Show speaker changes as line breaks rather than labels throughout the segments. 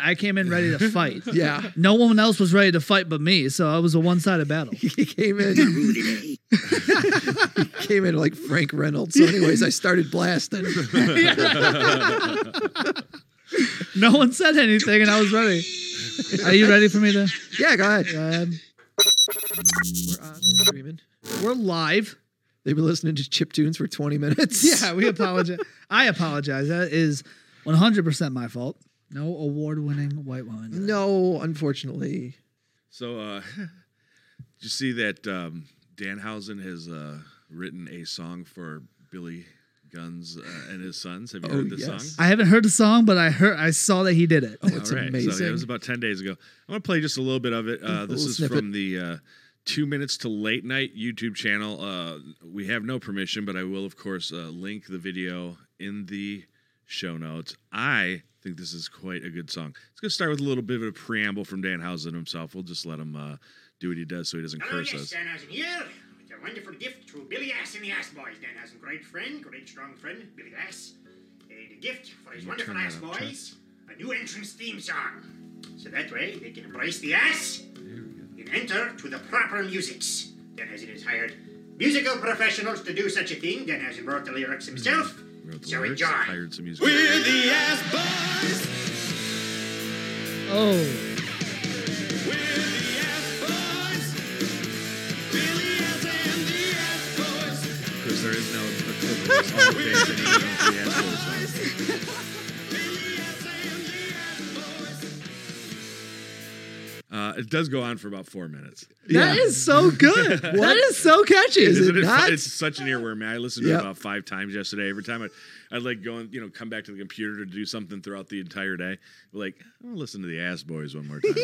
I came in ready to fight.
Yeah.
No one else was ready to fight but me, so I was a one sided battle.
He came in. he came in like Frank Reynolds. So, anyways, I started blasting.
No one said anything, and I was ready. Are you ready for me to?
Yeah, go ahead.
Um,
We're on streaming.
we're live.
They've been listening to chip tunes for 20 minutes.
Yeah, we apologize. I apologize. That is 100% my fault. No award winning white woman.
No, unfortunately.
So, uh, did you see that um, Danhausen has uh, written a song for Billy Guns uh, and his sons? Have you
Oh,
heard this
yes.
song?
I haven't heard the song, but I heard I saw that he did it.
Oh, it's
So,
amazing.
yeah, it was about 10 days ago. I'm going to play just a little bit of it. Uh,
A
this
little
is
snippet.
from the uh, Two Minutes to Late Night YouTube channel. Uh, we have no permission, but I will, of course, uh, link the video in the show notes. I think this is quite a good song. It's going to start with a little bit of a preamble from Danhausen himself. We'll just let him uh, do what he does so he doesn't
Hello,
curse
yes,
us.
Danhausen here. It's a wonderful gift to Billy Ass and the Ass Boys. Danhausen, great friend, great strong friend, Billy Ass. And a gift for his
You
wonderful
turn
Ass
that up, Chuck.
Boys, a new entrance theme song. So that way they can embrace the ass and enter to the proper musics. Danhausen has hired musical professionals to do such a thing. Danhausen wrote the lyrics himself.
Mm-hmm. Wrote the
so
lyrics,
enjoy.
hired some music.
We're the ass boys.
Oh,
We're the ass boys. Billy ass and the ass boys.
Because there is no equivalent to all days in England to the Astros song.
Billy ass and the ass boys.
Uh, it does go on for about four minutes.
that is
Yeah.
so good. that is so catchy.
Is it
Isn't it
not?
fu- It's such an earworm. man. I listened to
Yeah.
it about five times yesterday. Every time I'd, I'd like go and you know come back to the computer to do something throughout the entire day. Like I'm gonna listen to the Ass Boys one more time.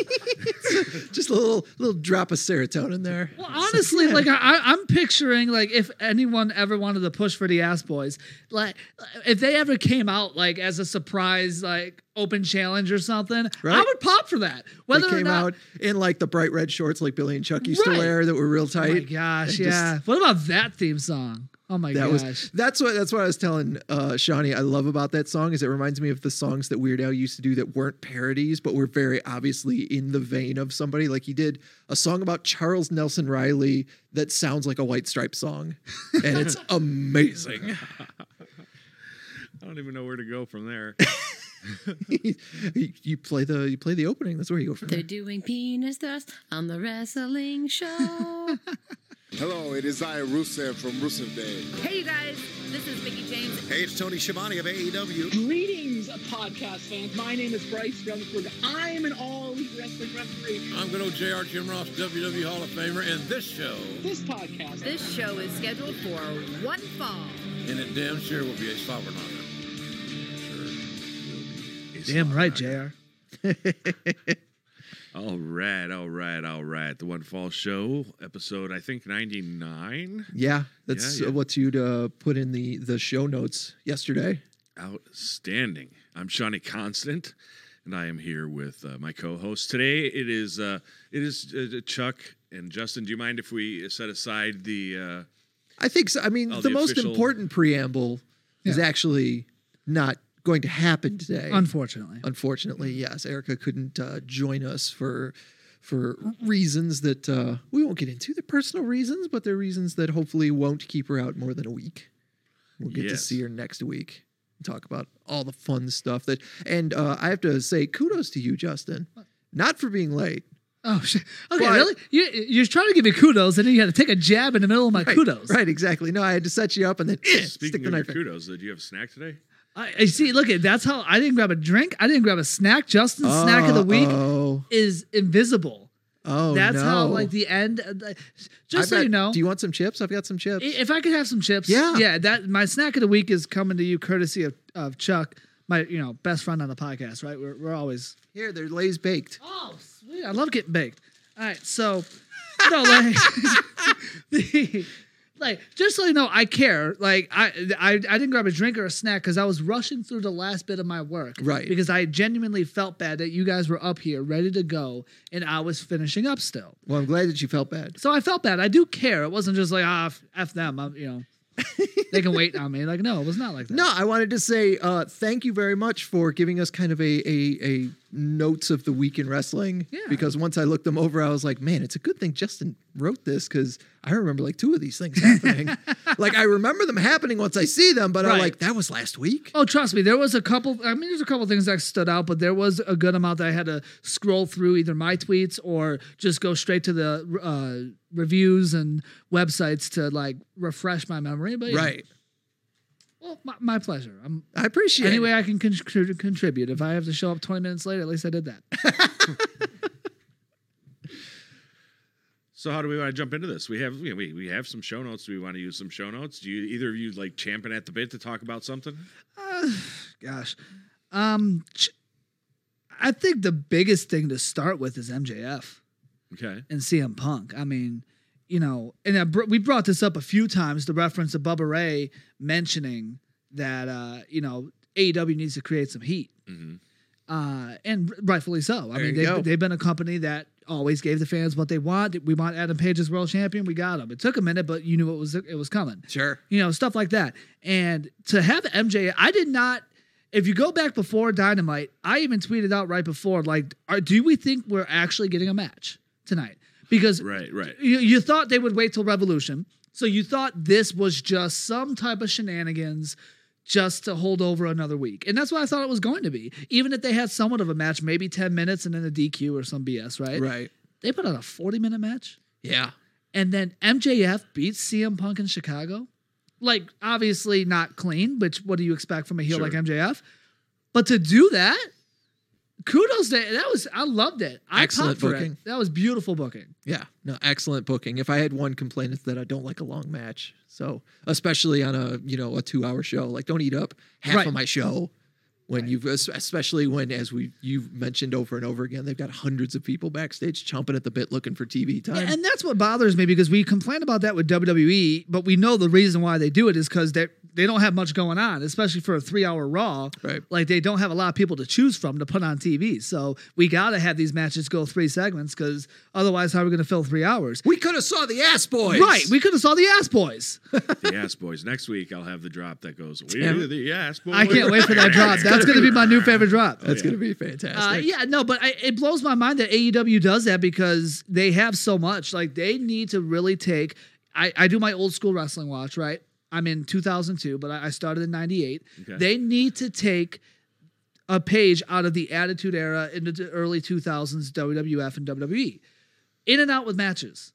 Just a little little drop of serotonin there.
Well, honestly, like I, I- I'm picturing, like if anyone ever wanted to push for the Ass Boys, like if they ever came out like as a surprise, like open challenge or something, I
Right.
would pop for that.
They
Whether
came
or not,
out in like the bright red shorts like Billy and Chuck used to
Right.
wear that were real tight.
oh my gosh,
just-
yeah. What about that theme song? Oh my
That
gosh,
was that's what that's what I was telling uh Shawnee I love about that song is it reminds me of the songs that Weird Al used to do that weren't parodies but were very obviously in the vein of somebody like he did a song about Charles Nelson Riley that sounds like a White Stripe song and it's amazing.
I don't even know where to go from there.
you, you play the you play the opening that's where you go from
They're
there.
doing penis thrust on the wrestling show.
Hello, it is I, Rusev from Rusev Day.
Hey, you guys, this is Mickey James.
Hey, it's Tony Schiavone of E AEW.
Greetings, podcast fans. My name is Bryce Rutherford. I'm an all elite wrestling referee.
I'm good old JR Jim Ross, WWE Hall of Famer, and this show,
This podcast.
This show is scheduled for one fall.
and it damn sure will be a sovereign honor.
damn right, Jr.
All right, all right, all right. The One Fall Show episode, I think ninety nine.
Yeah, that's
Yeah, yeah.
what you'd uh, put in the the show notes yesterday.
Outstanding. I'm Shawnee Constant, and I am here with uh, my co-host today. It is uh, it is uh, Chuck and Justin. Do you mind if we set aside the? uh,
I think so. I mean,
Oh,
the,
the
most
official-
important preamble is actually not going to happen today.
Unfortunately,
Unfortunately, yes, Erica couldn't uh, join us for for reasons that uh, we won't get into. They're personal reasons, but they're reasons that hopefully won't keep her out more than a week. We'll get to
Yes.
see her next week. and Talk about all the fun stuff that, and uh, I have to say kudos to you, Justin, not for being late.
oh shit. Okay,
But-
really? You you're trying to give me kudos, and then you had to take a jab in the middle of my
Right,
kudos.
Right, exactly. No, I had to set you up and then eh,
Uh,
stick
speaking
the
of your
knife. in.
kudos, did you have a snack today?
I, I see. Look, at that's how I didn't grab a drink. I didn't grab a snack. Justin's snack of the week
Oh,
is invisible.
oh,
That's how
no.
like the end. uh, the-
I've
Just so
got-
you know, Eh.
Do you want some chips? I've got some chips.
i- if I could have some chips,
Yeah.
yeah. That my snack of the week is coming to you courtesy of, of Chuck, my you know best friend on the podcast. Right, we're we're always
Here, they're Lay's baked.
oh sweet, I love getting baked. All right, so no like. the- Like just so you know, I care. Like I, I, I didn't grab a drink or a snack because I was rushing through the last bit of my work.
Right.
Because I genuinely felt bad that you guys were up here ready to go and I was finishing up still.
Well, I'm glad that you felt bad.
So I felt bad. I do care. It wasn't just like ah f, f them. I'm, you know, they can wait on me. Like no, it was not like that.
No, I wanted to say uh, thank you very much for giving us kind of a a, a notes of the week in wrestling.
Yeah.
Because once I looked them over, I was like, man, it's a good thing Justin wrote this because I remember like two of these things happening. like I remember them happening once I see them, but I'm
Right.
like, that was last week.
Oh, trust me, there was a couple. I mean, there's a couple things that stood out, but there was a good amount that I had to scroll through either my tweets or just go straight to the uh, reviews and websites to like refresh my memory. But yeah.
Right.
well, my, my pleasure. I'm,
I appreciate
Any way
it.
I can contri- contribute. If I have to show up 20 minutes late, at least I did that.
So how do we want to jump into this? We have we, we have some show notes. Do we want to use some show notes? Do you either of you like champing at the bit to talk about something?
Gosh, um, ch- I think the biggest thing to start with is MJF.
Okay.
and CM Punk. I mean, you know, and I br- we brought this up a few times. The reference to Bubba Ray mentioning that uh, you know AEW needs to create some heat, uh, and rightfully so. I
Mm-hmm. There
mean,
you go.
they've, they've been a company that always gave the fans what they want. We want Adam Page as world champion. We got him. It took a minute, but you knew it was it was coming
Sure.
you know, stuff like that. And to have MJ, I did not. If you go back before Dynamite, I even tweeted out right before, like, are, do we think we're actually getting a match tonight? Because
Right, right.
you, you thought they would wait till Revolution, so you thought this was just some type of shenanigans just to hold over another week, and that's what I thought it was going to be. Even if they had somewhat of a match, maybe ten minutes and then a DQ or some BS, right?
Right.
They put on a forty-minute match
Yeah.
and then MJF beats CM Punk in Chicago. Like, obviously not clean, which what do you expect from a heel
Sure.
like MJF? But to do that, kudos to that was I loved it. I
Excellent
popped for
booking.
it. That was beautiful booking.
Yeah, no, excellent booking. If I had one complaint, it's that I don't like a long match. So, especially on a you know a two-hour show, like don't eat up half
Right.
of my show. When you've es- especially when as we you've mentioned over and over again, they've got hundreds of people backstage chomping at the bit looking for TV time.
And that's what bothers me because we complain about that with WWE, but we know the reason why they do it is because they they don't have much going on, especially for a three hour Raw.
Right.
Like they don't have a lot of people to choose from to put on TV. So we gotta have these matches go three segments because otherwise, how are we gonna fill three hours?
we could have saw the ass boys.
Right, we could have saw the ass boys.
The Ass Boys. Next week I'll have the drop that goes.
Damn
We're
it.
the Ass Boys.
I can't wait for that drop. That's going to be my new favorite drop.
That's
yeah.
gonna be
Uh,
fantastic.
yeah, no, but I, it blows my mind that AEW does that because they have so much. Like they need to really take. I, I do my old school wrestling watch right. I'm in 2002, but I, I started in '98.
Okay.
They need to take a page out of the Attitude Era into the early 2000s WWF and WWE. In and out with matches.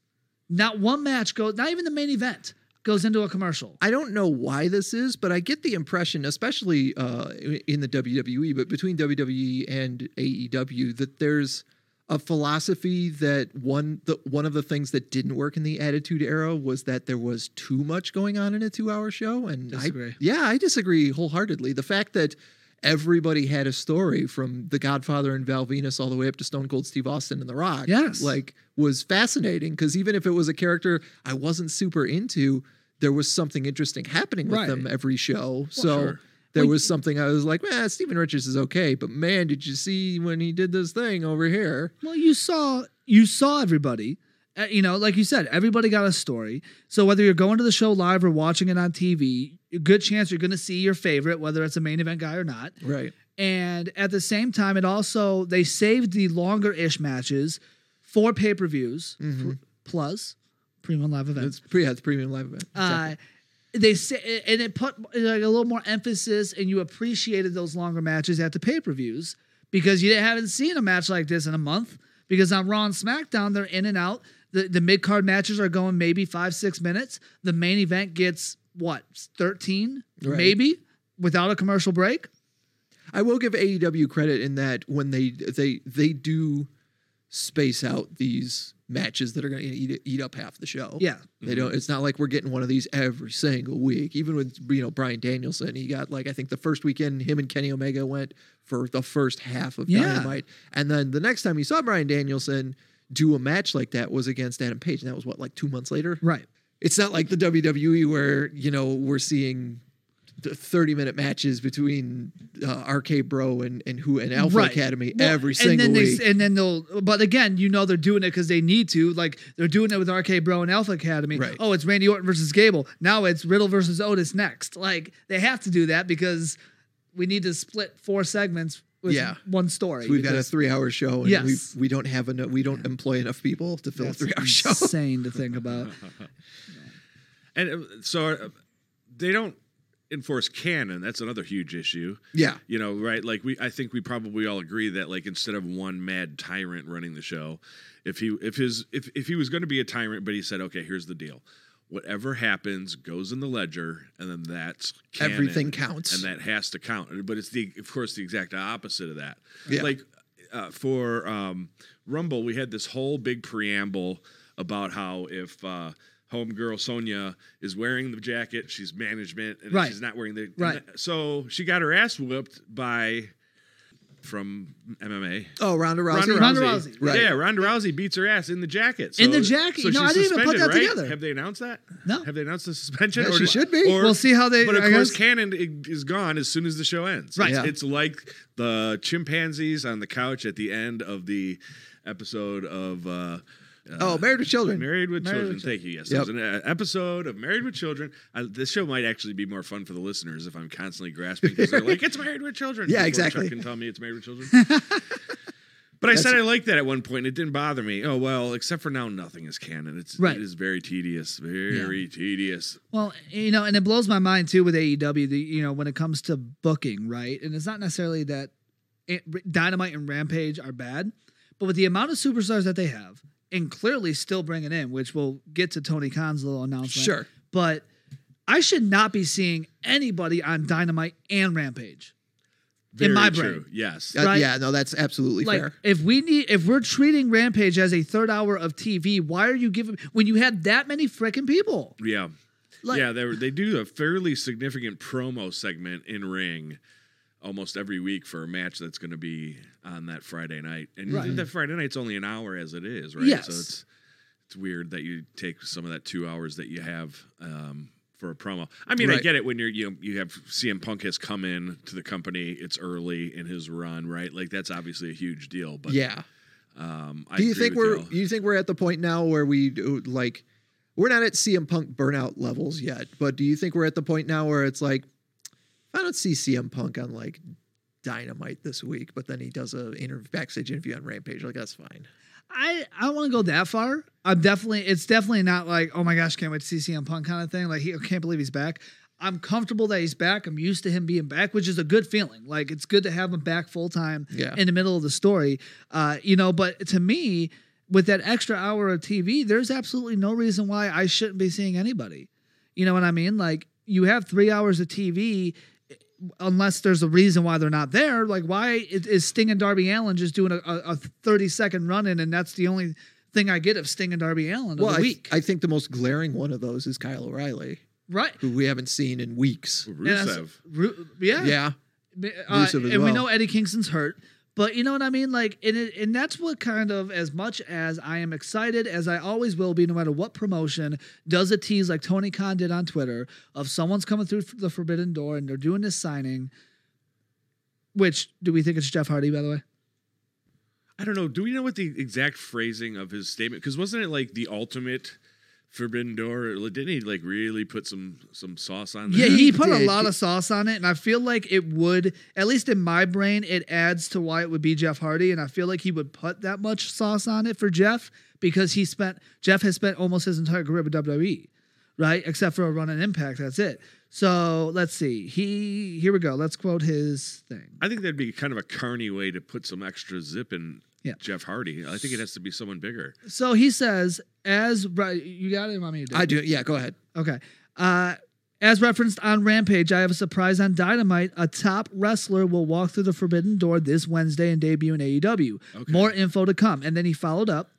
Not one match goes. Not even the main event goes into a commercial.
I don't know why this is, but I get the impression, especially uh, i- in the WWE, but between WWE and AEW, that there's a philosophy that one the one of the things that didn't work in the Attitude Era was that there was too much going on in a two-hour show. And I-
Disagree.
yeah, I disagree wholeheartedly. The fact that everybody had a story from The Godfather and Val Venus all the way up to Stone Cold Steve Austin and The Rock.
Yes.
Like was fascinating because even if it was a character I wasn't super into, there was something interesting happening with
Right.
them every show. so
sure.
there
Well,
was something I was like, well, Stephen Richards is okay, but man, did you see when he did this thing over here?
Well, you saw you saw everybody. Uh, you know, like you said, everybody got a story. So whether you're going to the show live or watching it on TV, a good chance you're going to see your favorite, whether it's a main event guy or not.
Right.
And at the same time, it also they saved the longer ish matches for pay per views plus premium live events
It's pre yeah, it's premium live event. Exactly.
uh, they say, and it put like a little more emphasis, and you appreciated those longer matches at the pay per views because you haven't seen a match like this in a month. Because on Raw and SmackDown, they're in and out. The the mid card matches are going maybe five six minutes. The main event gets what thirteen
Right.
maybe without a commercial break.
I will give AEW credit in that when they they they do space out these matches that are going to eat, eat up half the show.
Yeah.
They don't it's not like we're getting one of these every single week. Even with you know Brian Danielson, he got like I think the first weekend him and Kenny Omega went for the first half of
Yeah.
Dynamite. And then the next time you saw Brian Danielson do a match like that was against Adam Page and that was what like 2 months later.
Right.
It's not like the WWE where, you know, we're seeing th- 30 minute matches between uh, RK Bro and, and who and Alpha
Right.
Academy
Well,
every single
and then
week.
They, s- and then they'll, but again, you know they're doing it because they need to. Like they're doing it with RK Bro and Alpha Academy.
Right.
Oh, it's Randy Orton versus Gable. Now it's Riddle versus Otis next. Like they have to do that because we need to split four segments with
Yeah.
one story.
So we've got a
because
three-hour show, and
Yes.
we we don't have enough. We don't employ enough people to fill a
that's
three-hour show.
Insane to think about.
And uh, so uh, they don't enforce canon. That's another huge issue.
Yeah,
You know, right? Like we, I think we probably all agree that like instead of one mad tyrant running the show, if he if his if if he was going to be a tyrant, but he said, okay, here's the deal. Whatever happens goes in the ledger, and then that's canon,
Everything counts.
and that has to count. But it's the, of course, the exact opposite of that.
Yeah.
Like uh, for um, Rumble, we had this whole big preamble about how if uh, homegirl Sonia is wearing the jacket, she's management, and
Right.
if she's not wearing the
Right.
So she got her ass whooped by from MMA.
Oh, Ronda Rousey.
Ronda Rousey.
Right.
Yeah, Ronda Rousey beats her ass in the jacket. So,
In the jacket.
So
You know,
she's
I didn't even put
suspended,
that
right?
together.
Have they announced that?
No.
Have they announced the suspension?
Yeah,
or
she
not?
should be.
Or-
We'll see how they-
But of
I
course,
guess-
canon i- is gone as soon as the show ends.
Right.
It's,
Yeah.
it's like the chimpanzees on the couch at the end of the episode of. Uh,
Oh, Married with Children.
Married with
Married
Children.
with
Thank you. Yes,
Yep.
there's an uh, episode of Married with Children. I, this show might actually be more fun for the listeners if I'm constantly grasping because they're like, "It's Married with Children."
Yeah,
before
exactly.
Chuck can tell me it's Married with Children. but I said I liked that at one point, and it didn't bother me. Oh well, except for now, nothing is canon. It's
Right.
It is very tedious. Very tedious.
Well, you know, and it blows my mind too with AEW. The you know when it comes to booking, right? And it's not necessarily that it, Dynamite and Rampage are bad, but with the amount of superstars that they have, and clearly still bringing in, which we'll get to Tony Khan's little announcement.
Sure.
but I should not be seeing anybody on Dynamite and Rampage.
Very
my
true.
brain.
Yes.
Uh,
Right.
Yeah, no, that's absolutely
Like
fair.
if we need if we're treating Rampage as a third hour of TV, why are you giving when you had that many freaking people?
Yeah.
Like-
yeah, they were- they do a fairly significant promo segment in ring almost every week for a match that's going to be on that Friday night. And
Right.
that Friday night's only an hour as it is, right?
Yes.
So it's it's weird that you take some of that 2 hours that you have um for a promo. I mean, I
Right.
get it when you're you know, you have CM Punk has come in to the company. It's early in his run, right? Like that's obviously a huge deal, but
yeah.
um I
Do you
agree
think
with
we're
y'all.
you think we're at the point now where we do, like we're not at CM Punk burnout levels yet, but do you think we're at the point now where it's like I don't see CM Punk on like Dynamite this week, but then he does a inter- backstage interview on Rampage. Like that's fine.
I I don't want to go that far. I'm definitely it's definitely not like oh my gosh can't wait to see CM Punk kind of thing. Like he I can't believe he's back. I'm comfortable that he's back. I'm used to him being back, which is a good feeling. Like it's good to have him back full time
Yeah.
in the middle of the story. Uh, you know, but to me, with that extra hour of TV, there's absolutely no reason why I shouldn't be seeing anybody. You know what I mean? Like you have three hours of TV unless there's a reason why they're not there. Like, why is, is Sting and Darby Allen just doing a, a, a 30 second run in and that's the only thing I get of Sting and Darby Allen
Well,
of
I,
the week?
I think the most glaring one of those is Kyle O'Reilly,
right.
who we haven't seen in weeks.
And that's-
Rusev.
Ru- yeah.
Yeah,
B- uh,
Rusev
and
as
we
well.
know Eddie Kingston's hurt, but you know what I mean. Like, and it, and that's what kind of as much as I am excited as I always will be, no matter what promotion does a tease like Tony Khan did on Twitter of someone's coming through the forbidden door and they're doing this signing. Which do we think it's Jeff Hardy? By the way,
I don't know. Do we know what the exact phrasing of his statement? Because wasn't it like the ultimate forbidden door? Or Didn't he like really put some some sauce on?
yeah,
that?
he put a
did.
lot of sauce on it, and I feel like it would, at least in my brain, it adds to why it would be Jeff Hardy, and I feel like he would put that much sauce on it for Jeff because he spent Jeff has spent almost his entire career with WWE, right? Except for a run in Impact, that's it. So let's see. He here we go. Let's quote his thing.
I think that'd be kind of a carny way to put some extra zip in
Yeah.
Jeff Hardy. I think it has to be someone bigger.
So he says, as right, you got it, mommy.
I do. Yeah, go ahead.
Okay. Uh, as referenced on Rampage, I have a surprise on Dynamite. A top wrestler will walk through the Forbidden Door this Wednesday and debut in AEW.
Okay.
More info to come. And then he followed up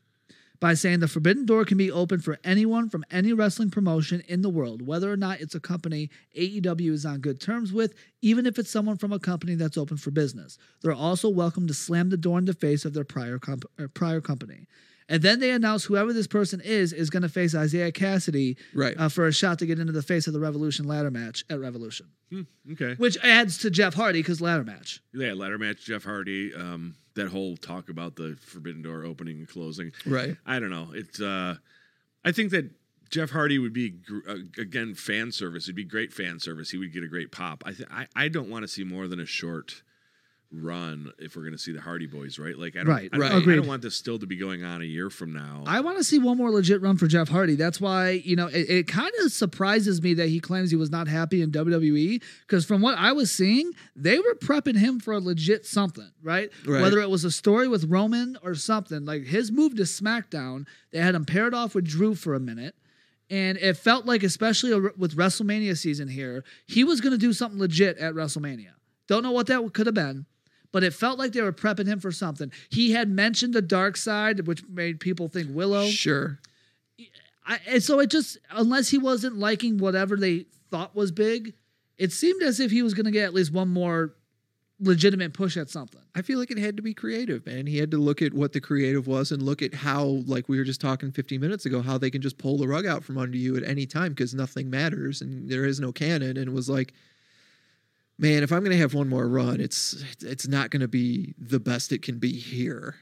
by saying the Forbidden Door can be open for anyone from any wrestling promotion in the world, whether or not it's a company AEW is on good terms with, even if it's someone from a company that's open for business. They're also welcome to slam the door in the face of their prior comp- or prior company. And then they announce whoever this person is is going to face Isaiah Cassidy
Right.
uh, for a shot to get into the face of the Revolution ladder match at Revolution,
Okay.
which adds to Jeff Hardy because ladder match.
Yeah, ladder match, Jeff Hardy. Um, that whole talk about the forbidden door opening and closing.
Right.
I don't know. It's. Uh, I think that Jeff Hardy would be gr- uh, again fan service. It'd be great fan service. He would get a great pop. I th- I, I don't want to see more than a short run if we're going to see the Hardy Boys, right? Like, I don't,
Right,
I don't,
right.
I don't
Agreed.
want this still to be going on a year from now.
I want to see one more legit run for Jeff Hardy. That's why, you know, it, it kind of surprises me that he claims he was not happy in WWE because from what I was seeing, they were prepping him for a legit something, right?
Right.
Whether it was a story with Roman or something, like his move to SmackDown, they had him paired off with Drew for a minute. And it felt like, especially with WrestleMania season here, he was going to do something legit at WrestleMania. Don't know what that could have been, but it felt like they were prepping him for something. He had mentioned the dark side, which made people think Willow.
Sure.
I, and so it just, unless he wasn't liking whatever they thought was big, it seemed as if he was going to get at least one more legitimate push at something.
I feel like it had to be creative, man. He had to look at what the creative was and look at how, like we were just talking 15 minutes ago, how they can just pull the rug out from under you at any time because nothing matters and there is no canon. And it was like, man, if I'm going to have one more run, it's it's not going to be the best it can be here.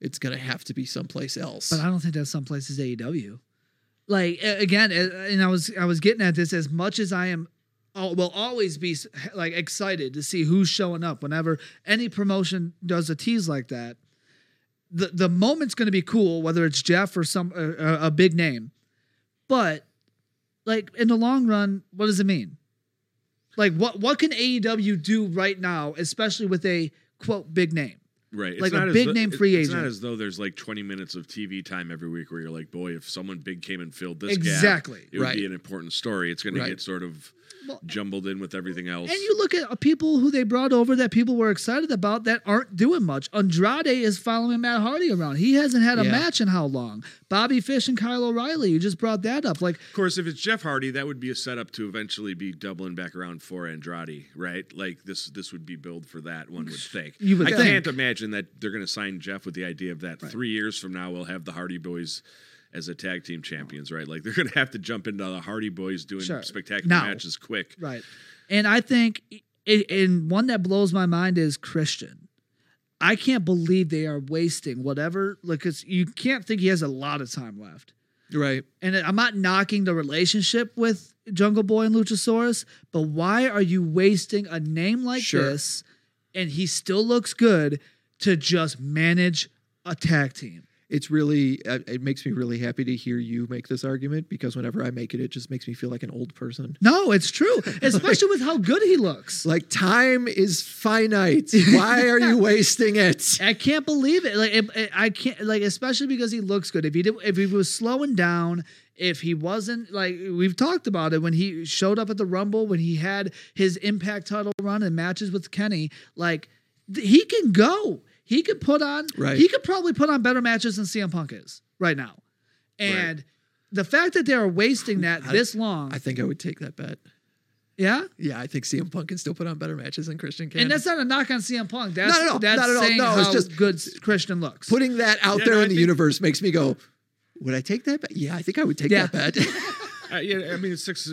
It's going to have to be someplace else.
But I don't think that's some places AEW. Like a- again, a- and I was I was getting at this as much as I am. al- Will always be s- like excited to see who's showing up whenever any promotion does a tease like that. The the moment's going to be cool, whether it's Jeff or some uh, uh, a big name. But like in the long run, what does it mean? Like what what can AEW do right now, especially with a quote big name?
right. It's
like a
not as
big
though-
name
it-
free
it's
agent.
not as though there's like 20 minutes of TV time every week where you're like, boy, if someone big came and filled this gap,
Exactly.
it would
Right.
be an important story. It's going
Right.
to get sort of
Well-
jumbled in with everything else.
And you look at uh, people who they brought over that people were excited about that aren't doing much. Andrade is following Matt Hardy around. He hasn't had a
Yeah.
match in how long? Bobby Fish and Kyle O'Reilly, you just brought that up. Like,
Of course, if it's Jeff Hardy, that would be a setup to eventually be doubling back around for Andrade, right? Like this, this would be build for that. One would think.
You would
I
think.
can't imagine that they're going to sign Jeff with the idea of that three years from now we'll have the Hardy Boys as a tag team champions, right? Like they're going to have to jump into the Hardy Boys doing
Sure.
spectacular
Now.
matches quick.
right. And I think, i- and one that blows my mind is Christian. I can't believe they are wasting whatever, like, it's, you can't think he has a lot of time left.
right.
and I'm not knocking the relationship with Jungle Boy and Luchasaurus, but why are you wasting a name like
Sure.
this and he still looks good to just manage a tag team?
it's really uh, it makes me really happy to hear you make this argument because whenever i make it it just makes me feel like an old person
No, it's true, especially with how good he looks.
like time is finite why are you wasting it
I can't believe it. Like it, it- I can't like especially because he looks good. If he did if he was slowing down, if he wasn't like we've talked about it when he showed up at the Rumble when he had his Impact title run and matches with Kenny, like th- he can go. He could put on
Right.
he could probably put on better matches than CM Punk is right now. And the fact that they are wasting that this long.
i think i would take that bet
yeah?
yeah i think cm punk can still put on better matches than christian can
And that's not a knock on CM Punk. That's
no, no,
that's
not at all.
saying
No,
how
it's just-
good Christian looks.
putting that out
Yeah,
there
no, I
in the
think-
universe makes me go would i take that bet yeah i think i would take
Yeah.
that bet
Uh, yeah, I mean, it's six.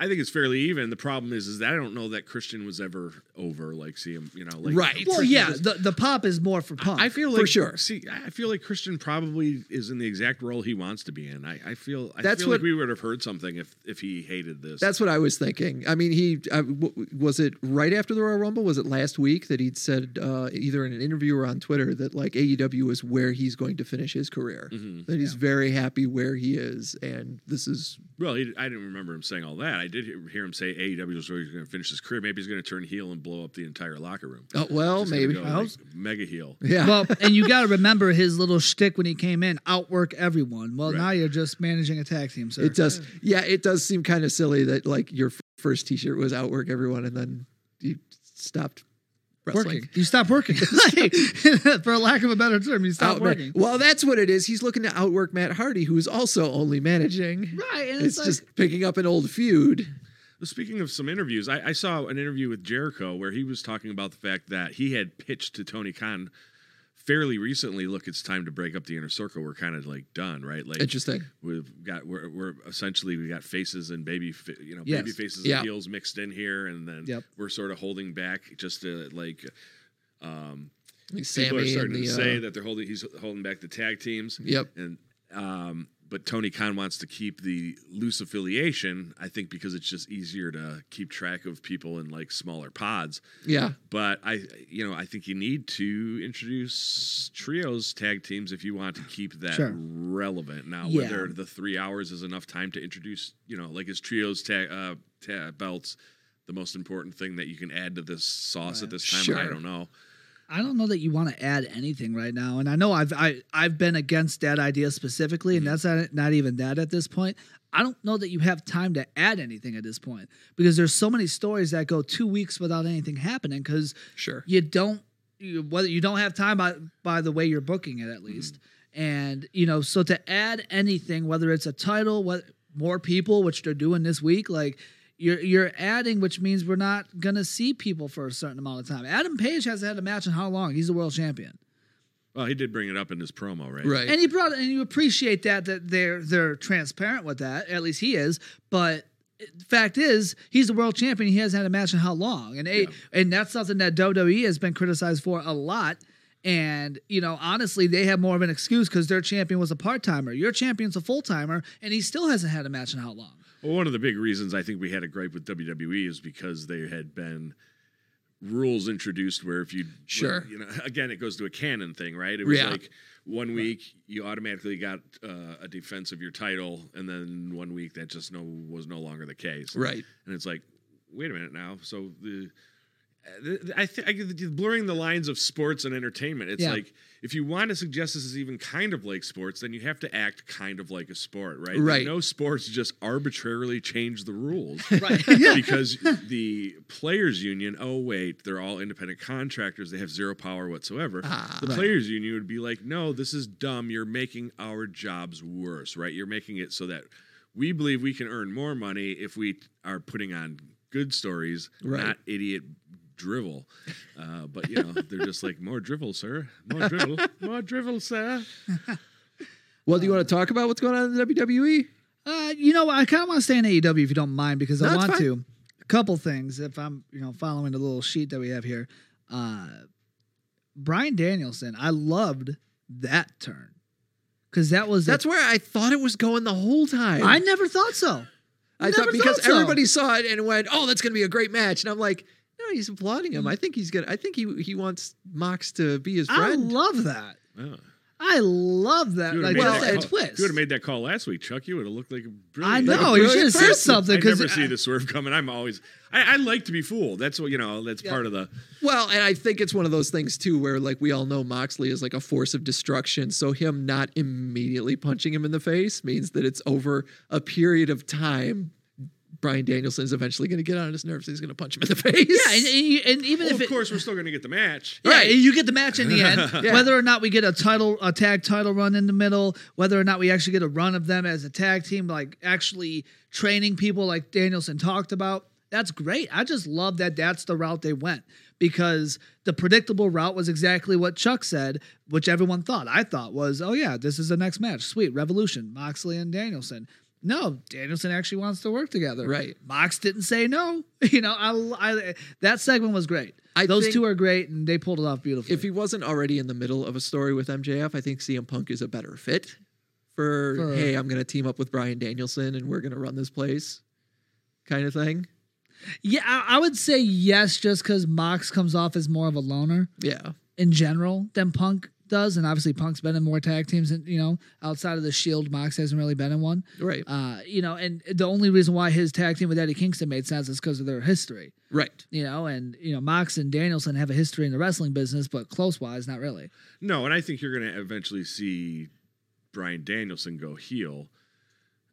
I, I think it's fairly even. The problem is, is that I don't know that Christian was ever over like CM. You know, like
right
well, yeah, the, the pop is more for Punk.
I feel
For
like
sure.
See, I feel like Christian probably is in the exact role he wants to be in. I, I feel I
That's
feel
what-
like we would have heard something if if he hated this.
That's what I was thinking. I mean, he I, w- was it right after the Royal Rumble? Was it last week that he'd said uh, either in an interview or on Twitter that like AEW is where he's going to finish his career.
Mm-hmm.
That he's very happy where he is, and this is
well, he, I didn't remember him saying all that. I did hear- hear him say AEW is where he's going to finish his career. Maybe he's going to turn heel and blow up the entire locker room.
oh well,
He's gonna
maybe
go,
I
like,
hope-
mega heel.
yeah.
Well, and you got to remember his little shtick when he came in: outwork everyone. Well,
Right.
now you're just managing a tag team, sir.
it does. Yeah, it does seem kind of silly that like your f- first T-shirt was outwork everyone, and then you stopped wrestling.
working. You stop working, like, for lack of a better term, you stop
Outma-
working.
Well, that's what it is. He's looking to outwork Matt Hardy, who's also only managing.
Right, and it's,
It's,
like,
just picking up an old feud.
Well, Speaking of some interviews, I, I saw an interview with Jericho where he was talking about the fact that he had pitched to Tony Khan fairly recently. Look, it's time to break up the inner circle. We're kind of like done, right? Like
Interesting.
we've got we're, we're essentially we got faces and baby fa- you know
Yes.
baby faces
Yeah.
and heels mixed in here, and then
Yep.
we're sort of holding back just to like
Like
people are
Sammy and
starting
the
to say
uh,
that they're holding he's holding back the tag teams
yep.
and um But Tony Khan wants to keep the loose affiliation, I think, because it's just easier to keep track of people in like smaller pods.
Yeah.
But I, you know, I think you need to introduce trios, tag teams, if you want to keep that
Sure.
relevant. Now,
Yeah.
whether the three hours is enough time to introduce, you know, like is trios tag uh, ta- belts the most important thing that you can add to this sauce at this time? I
Sure.
don't know.
I don't know that you want to add anything right now, and I know I've I, I've been against that idea specifically,
Mm-hmm.
and that's not, not even that at this point. I don't know that you have time to add anything at this point because there's so many stories that go two weeks without anything happening because
Sure.
you don't you, whether you don't have time by by the way you're booking it at least, and you know so to add anything whether it's a title what more people which they're doing this week like. You're, you're adding, which means we're not gonna see people for a certain amount of time. Adam Page hasn't had a match in how long? He's a world champion,
Well, he did bring it up in his promo, right?
Right.
and he brought and you appreciate that that they're they're transparent with that. At least he is. But the fact is, he's the world champion. He hasn't had a match in how long? And a and that's something that WWE has been criticized for a lot. And you know, honestly, they have more of an excuse because their champion was a part timer. Your champion's a full timer, and he still hasn't had a match in how long?
Well, one of the big reasons I think we had a gripe with WWE is because they had been rules introduced where if you
Sure.
you know again it goes to a canon thing right it was
Yeah.
like one week you automatically got uh, a defense of your title and then one week that just no was no longer the case
Right.
and it's like wait a minute now so the the- I think the blurring the lines of sports and entertainment. It's
Yeah.
like if you want to suggest this is even kind of like sports, then you have to act kind of like a sport, right?
Right.
No sports just arbitrarily change the rules
Right.
because the players union oh wait they're all independent contractors they have zero power whatsoever
Ah,
the players union would be like no this is dumb you're making our jobs worse right you're making it so that we believe we can earn more money if we are putting on good stories
Right.
not idiot drivel uh, but you know they're just like more drivel sir more drivel more drivel sir
Well, do you want to talk about what's going on in the E? WWE?
Uh, you know, what? I kind of want to stay in AEW if you don't mind because
No,
I
it's
want
fine.
to. A couple things, if I'm you know following the little sheet that we have here. Uh, Brian Danielson, I loved that turn because that was
That's
a,
where I thought it was going the whole time.
I never thought so.
I
never
thought because
thought so.
everybody saw it and went, "Oh, that's going to be a great match," and I'm like, "No, he's applauding him. I think he's gonna. I think he he wants Mox to be his
I
friend."
love that.
Oh.
I love that.
You would
Uh, Like
have
Well,
just
that
that
it's
twist.
made that call last week, Chuck. You would have looked like a
I
brilliant.
know you
brilliant
should have said
person.
something
I
because
never see the swerve coming. I'm always I, I like to be fooled. That's what you know. That's part of the
Well, and I think it's one of those things too, where like we all know Moxley is like a force of destruction. So him not immediately punching him in the face means that it's over a period of time. Brian Danielson is eventually going to get on his nerves. He's going to punch him in the face.
yeah, and, and, you- and even if
Well, of
it,
course, we're still going to get the match.
Yeah,
Right.
you get the match in the end.
Yeah.
Whether or not we get a title, a tag title run in the middle, whether or not we actually get a run of them as a tag team, like actually training people, like Danielson talked about, that's great. I just love that that's the route they went because the predictable route was exactly what Chuck said, which everyone thought. I thought was, oh yeah, this is the next match, sweet Revolution, Moxley and Danielson. No, Danielson actually wants to work together.
Right.
Mox didn't say no. You know, I, I that segment was great.
I
Those
think-
two are great, and they pulled it off beautifully.
if he wasn't already in the middle of a story with MJF, I think CM Punk is a better fit for,
For-
hey, I'm going to team up with Brian Danielson and we're going to run this place kind of thing.
yeah, I, I would say yes, just because Mox comes off as more of a loner
Yeah.
in general than Punk does, and obviously Punk's been in more tag teams, and you know, outside of the Shield, Mox hasn't really been in one.
Right.
Uh, you know, and the only reason why his tag team with Eddie Kingston made sense is because of their history.
right.
You know, and you know, Mox and Danielson have a history in the wrestling business, but close wise, not really.
No, and I think you're going to eventually see Brian Danielson go heel.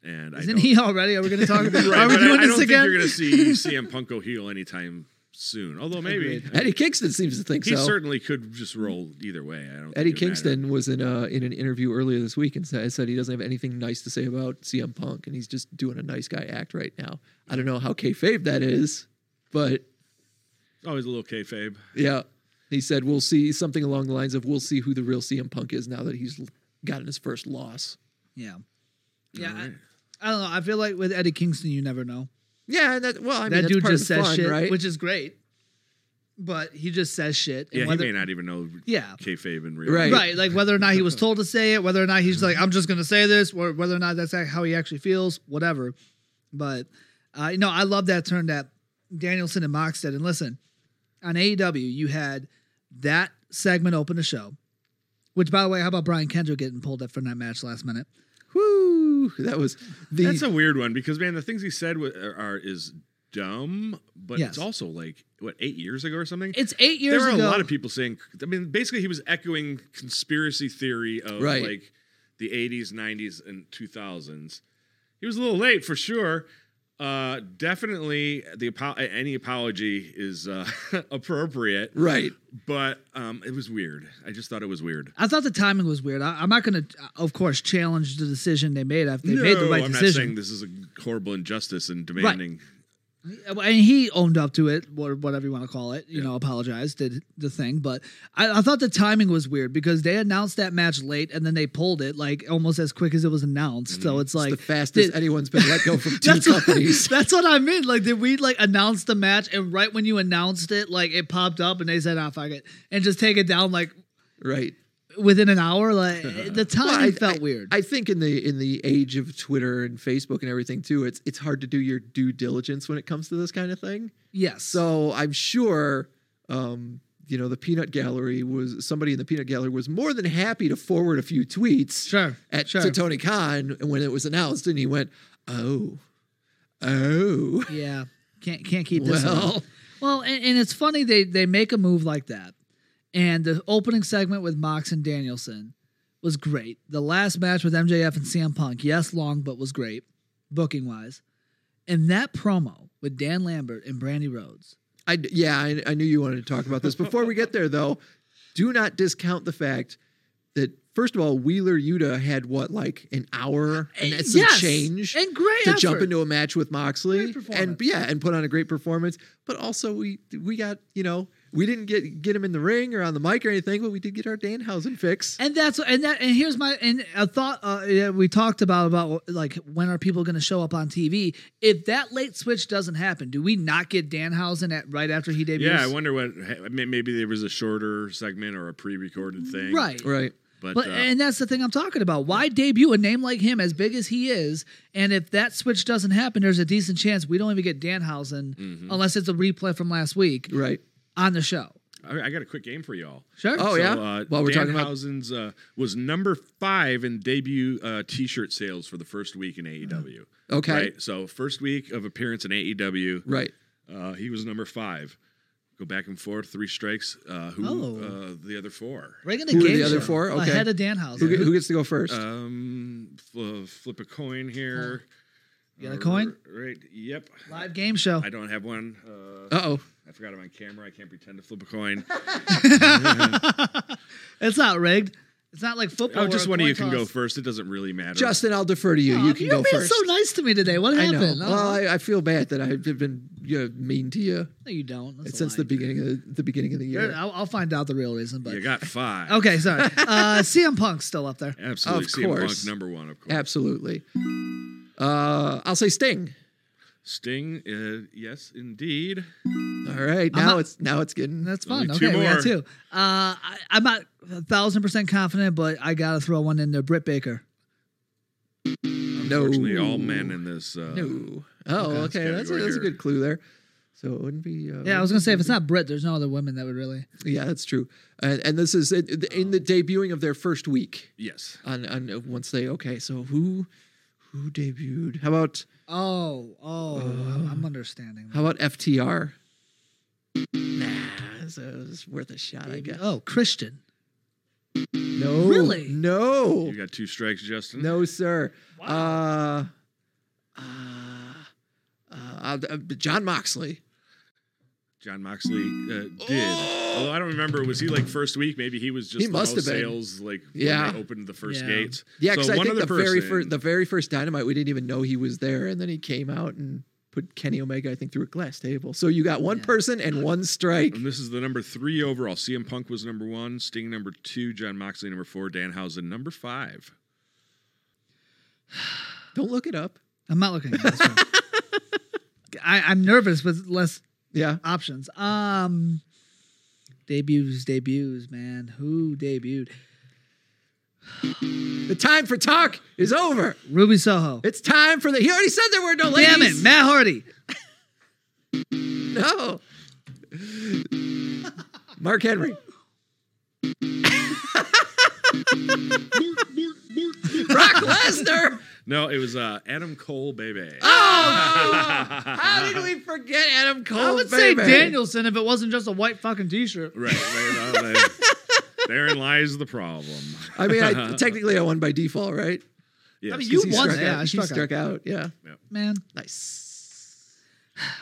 And I
Isn't
don't,
he already? Are we going to talk about? are we
but I-
doing
I,
this
don't
again?
think you're going to see CM Punk go heel anytime soon. Although maybe
Agreed.
Eddie Kingston seems to think
he
so.
certainly could just roll either way. I don't.
Eddie
think it would matter.
Kingston was in a, in an interview earlier this week and said, said he doesn't have anything nice to say about CM Punk and he's just doing a nice guy act right now. I don't know how kayfabe that is, but
always Oh, a little kayfabe.
yeah, he said we'll see something along the lines of we'll see who the real CM Punk is now that he's gotten his first loss.
Yeah, yeah. I, I don't know. I feel like with Eddie Kingston, you never know.
Yeah, and that well, I mean,
that
that's
dude
part of
just
the
says
fun,
shit,
right?
which is great. but he just says shit. and
Yeah,
whether-
he may not even know
Yeah.
kayfabe in real.
Right.
Right, like whether or not he was told to say it, whether or not he's like, I'm just gonna say this, or whether or not that's how he actually feels, whatever. But uh, you know, I love that turn that Danielson and Mox did. And listen, on AEW, you had that segment open the show. Which, by the way, how about Brian Kendrick getting pulled up for that match last minute?
Whoo! That was the
That's a weird one because man, the things he said wa- are, are is dumb, but
Yes.
it's also like what eight years ago or something.
It's eight years
there were
ago.
a lot of people saying. I mean, basically, he was echoing conspiracy theory of
Right.
like the '80s, '90s, and 2000s. He was a little late for sure. Uh, definitely, the apo- any apology is uh, appropriate,
right.
but um, it was weird. I just thought it was weird.
I thought the timing was weird. I, I'm not gonna, of course, challenge the decision they made. If they made the right
I'm not
decision,
saying this is a horrible injustice and demanding.
and he owned up to it, or whatever you want to call it. You know, apologized, did the thing. But I, I thought the timing was weird because they announced that match late and then they pulled it like almost as quick as it was announced. So it's like
Mm-hmm. the fastest
did-
anyone's been let go from two
That's what,
companies.
that's what I mean. Like, did we like announce the match and right when you announced it, like it popped up and they said, "Ah, fuck it," and just take it down like
right.
within an hour? Like the timing
Well, I-
felt
I-
weird.
I think in the in the age of Twitter and Facebook and everything too, it's it's hard to do your due diligence when it comes to this kind of thing.
yes.
So I'm sure, um, you know, the peanut gallery was somebody in the peanut gallery was more than happy to forward a few tweets
Sure,
at
sure.
to Tony Khan when it was announced, and he went, "Oh, oh,
Yeah, can't can't keep this.
Well.
Well, well, and, and it's funny they they make a move like that, and the opening segment with Mox and Danielson was great. The last match with MJF and CM Punk, yes, long but was great, booking wise, and that promo with Dan Lambert and Brandy Rhodes.
I d- yeah, I, I knew you wanted to talk about this. Before we get there, though, do not discount the fact that first of all, Wheeler Yuta had what like an hour and that's some
Eh, Yes,
change
and great
to jump
effort.
into a match with Moxley
Great performance.
and yeah, and put on a great performance. But also, we we got you know we didn't get get him in the ring or on the mic or anything, but we did get our Danhausen fix.
And that's and that and here's my and a thought uh, yeah, we talked about about like when are people going to show up on TV? If that late switch doesn't happen, do we not get Danhausen at right after he debuts?
Yeah, I wonder what I mean, maybe there was a shorter segment or a pre-recorded thing,
right,
right.
But,
But
uh,
and that's the thing I'm talking about. Why debut a name like him, as big as he is, and if that switch doesn't happen, there's a decent chance we don't even get Danhausen
Mm-hmm.
unless it's a replay from last week
Right.
on the show.
I, I got a quick game for y'all.
Sure.
Oh, yeah?
Uh,
While we're talking about-
Danhausen's, uh, was number five in debut uh, T-shirt sales for the first week in AEW.
Okay.
right? so first week of appearance in AEW,
Right.
uh, he was number five. Go back and forth, three strikes. Uh, who
Oh.
uh, the other four?
Bring in
Who are
game
the other
show
four? Okay.
ahead of Danhausen.
Who, get- who gets to go first?
Um, fl- flip a coin here. Uh,
You got a coin?
Right. Yep.
Live game show.
I don't have one. Uh,
Uh oh.
I forgot I'm on camera. I can't pretend to flip a coin.
It's not rigged. It's not like football.
Oh, just
where a
one of you
coin
can go
toss-
first. It doesn't really matter.
Justin, I'll defer to you.
Aw,
you can
you're
go
being
first.
so nice to me today. What
I know.
happened? Oh,
Well, I, I feel bad that I've been you know, mean to you
no, you don't. That's a
since the
lie.
beginning of the, the beginning of the year.
I'll, I'll find out the real reason. But
You got five.
okay, sorry. Uh, CM Punk's still up there.
Absolutely.
Of
CM Punk,
course.
number one, of course.
Absolutely. Uh, I'll say Sting.
Sting, uh, yes, indeed.
All right,
I'm
now
not-
it's now it's getting.
That's
Only
fun.
two
Okay, we got
more.
two. Uh, I, I'm not a thousand percent confident, but I gotta throw one in there. Britt Baker.
no,
Fortunately, all men in this. Uh,
No. Oh, okay, that's a,
category
that's a
here.
good clue there. So it wouldn't be. Uh,
Yeah, I was gonna say if it's not Britt, there's no other women that would really.
Yeah, that's true. And, and this is it, the-
Oh.
in the debuting of their first week.
Yes.
On on uh, once they okay, so who who debuted? How about
Oh, oh, I'm, I'm understanding.
how about FTR? Nah, so it was worth a shot, I guess.
Oh, Christian.
No,
Really?
no.
You got two strikes, Justin.
Oh. No, sir. Uh, uh, uh, uh, John Moxley.
John Moxley uh, did. Although I don't remember, was he like first week? Maybe he was just
Oh! He
the
must
most
have been.
sales, like
Yeah.
when they opened the first
Yeah.
gates.
Yeah, because
so
I
one
think the
other
very
person-
first the very first Dynamite, we didn't even know he was there, and then he came out and put Kenny Omega, I think, through a glass table. So you got one person and one strike.
And this is the number three overall. CM Punk was number one, Sting number two, John Moxley number four, Danhausen number five.
Don't look it up.
I'm not looking. At this one. I, I'm nervous with less
Yeah,
options. Um, Debuts, debuts, man. Who debuted?
The time for talk is over.
Ruby Soho.
It's time for the. He already said there were no ladies.
Damn it, Matt Hardy.
No. Mark Henry. Brock Lesnar.
No, it was uh, Adam Cole, baby.
Ah! How did we forget Adam Cole?
I would say
Oh, baby?
Danielson if it wasn't just a white fucking t-shirt.
Right. right on, I- therein lies the problem.
I mean, I, technically, I won by default, right?
Yes.
I mean,
'Cause
you
he
won.
struck
Yeah,
out.
I
He
struck out.
struck out. Yeah.
Man.
Nice.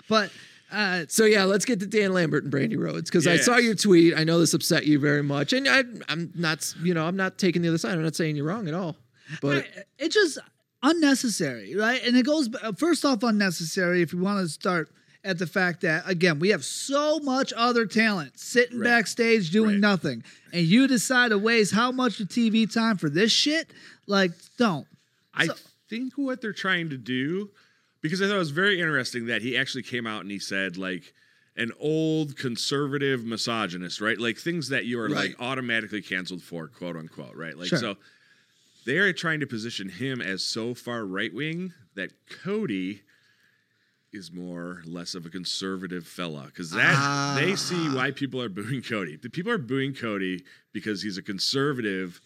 But uh,
So yeah, let's get to Dan Lambert and Brandy Rhodes because I
Yes.
saw your tweet. I know this upset you very much, and I, I'm not, you know, I'm not taking the other side. I'm not saying you're wrong at all, but
I- it's just unnecessary, right? And it goes b- first off unnecessary if you want to start at the fact that again we have so much other talent sitting
Right.
backstage doing
Right.
nothing, and you decide to waste how much of TV time for this shit? Like, don't.
I
So-
think what they're trying to do, because I thought it was very interesting that he actually came out and he said like an old conservative misogynist, right? Like things that you are
Right.
like automatically canceled for, quote unquote, right? Like
Sure.
so they're trying to position him as so far right wing that Cody is more less of a conservative fella because that they
Ah.
see why people are booing Cody. The people are booing Cody because he's a conservative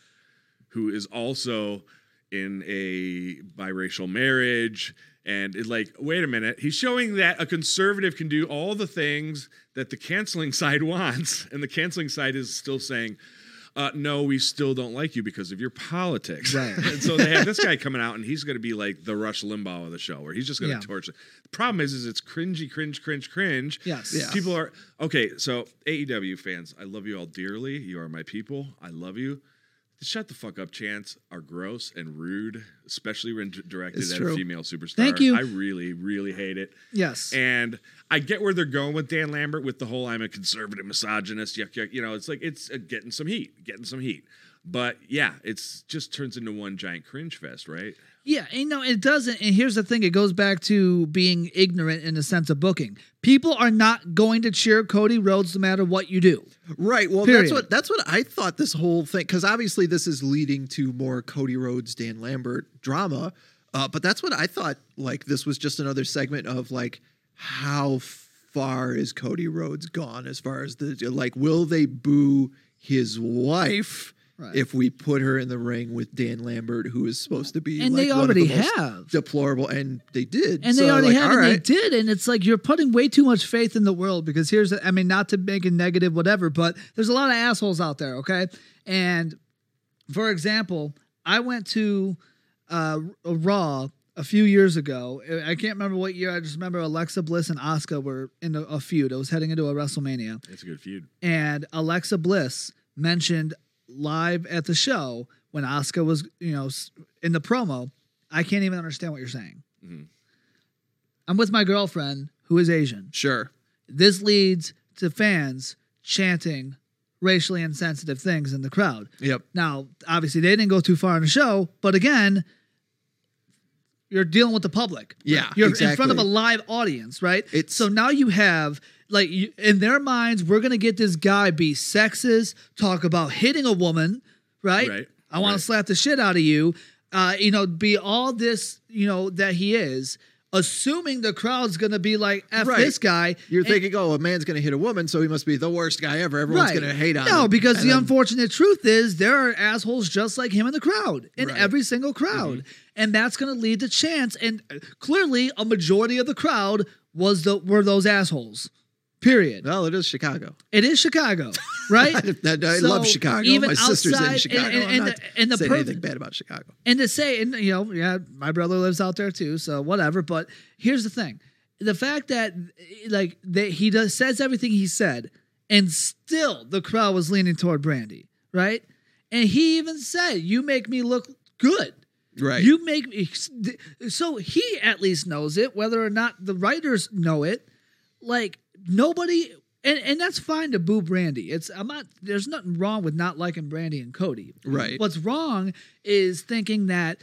who is also in a biracial marriage and is like, wait a minute, he's showing that a conservative can do all the things that the canceling side wants, and the canceling side is still saying. Uh, no, we still don't like you because of your politics.
Right.
and so they have this guy coming out, and he's going to be like the Rush Limbaugh of the show, where he's just going to
Yeah.
torture. The problem is, is it's cringy, cringe, cringe, cringe.
Yes. Yeah.
People are okay. So AEW fans, I love you all dearly. You are my people. I love you. The shut the fuck up chants are gross and rude, especially when d- directed
It's
at
true.
a female superstar.
Thank you.
I really, really hate it.
Yes.
And I get where they're going with Dan Lambert with the whole I'm a conservative misogynist. Yuck, yuck. You know, it's like it's uh, getting some heat, getting some heat. But yeah, it's just turns into one giant cringe fest, right?
Yeah, and no, it doesn't. And here's the thing: it goes back to being ignorant in the sense of booking. People are not going to cheer Cody Rhodes no matter what you do.
Right. Well, that's
Period.
what that's what I thought this whole thing because obviously this is leading to more Cody Rhodes, Dan Lambert drama. Uh, but that's what I thought. Like this was just another segment of like how far is Cody Rhodes gone as far as the like will they boo his wife
Right.
if we put her in the ring with Dan Lambert who is supposed to be
And
like,
they
one of the
already
most
have.
deplorable and they did
And
So,
they already
like,
had,
all
and
right.
they did, and it's like you're putting way too much faith in the world. Because here's, the- I mean, not to make it negative, whatever, but there's a lot of assholes out there, okay? And for example, I went to uh, a Raw a few years ago. I- I can't remember what year. I just remember Alexa Bliss and Asuka were in a, a feud. It was heading into a WrestleMania
It's a good feud.
and Alexa Bliss mentioned live at the show when Asuka was, you know, s- in the promo, I can't even understand what you're saying. I'm with my girlfriend who is Asian.
sure
This leads to fans chanting racially insensitive things in the crowd.
yep
Now, obviously, they didn't go too far in the show, but again, you're dealing with the public.
Yeah,
you're in front of a
exactly.
live audience, right?
It's-
so now you have like you, in their minds, we're gonna get this guy be sexist, talk about hitting a woman, right?
Right,
I want
right.
to slap the shit out of you, uh, you know, be all this, you know, that he is. Assuming the crowd's gonna be like, "F
Right.
this guy,"
You're
and-
thinking, oh, a man's going to hit a woman, so he must be the worst guy ever. Everyone's going to hate on him.
No, because
And
the
then-
unfortunate truth is there are assholes just like him in the crowd, in
Right. Mm-hmm.
every single crowd. And that's going to lead to chance. And uh, clearly, a majority of the crowd was the were those assholes. Period.
Well, it is Chicago.
It is Chicago, right?
I, I love Chicago. My sister's in Chicago.
And, and,
I'm
and
not
the, and the
saying
per-
anything bad about Chicago.
and to say, and you know, yeah, my brother lives out there too, so whatever. But here's the thing: the fact that like that he does says everything he said, and still the crowd was leaning toward Brandy, right? And he even said, "You make me look good."
Right.
You make me. So he at least knows it, whether or not the writers know it. Like nobody, and, and that's fine to boo Brandy. It's I'm not. There's nothing wrong with not liking Brandy and Cody.
Right.
What's wrong is thinking that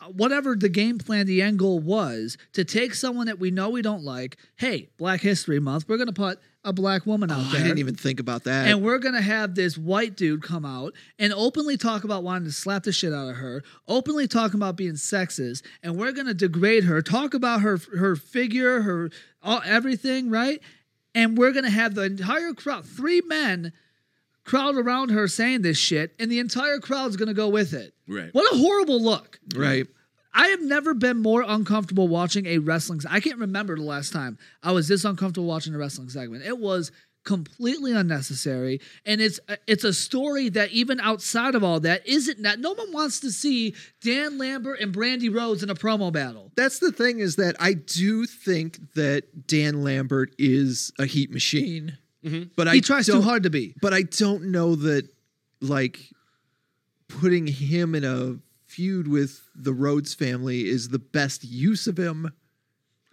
uh, whatever the game plan, the end goal was to take someone that we know we don't like. Hey, Black History Month, we're gonna put a black woman out
Oh,
there.
I didn't even think about that.
and we're gonna have this white dude come out and openly talk about wanting to slap the shit out of her, openly talking about being sexist, and we're gonna degrade her, talk about her her figure, her all, everything, right? And we're gonna have the entire crowd, three men, crowd around her saying this shit, and the entire crowd's gonna go with it.
Right.
What a horrible look!
right.
I have never been more uncomfortable watching a wrestling. I can't remember the last time I was this uncomfortable watching a wrestling segment. It was completely unnecessary, and it's it's a story that even outside of all that isn't that no one wants to see Dan Lambert and Brandy Rhodes in a promo battle.
That's the thing is that I do think that Dan Lambert is a heat machine, but I
Mm-hmm. He tries too
don't-
hard to be.
But I don't know that like putting him in a feud with the Rhodes family is the best use of him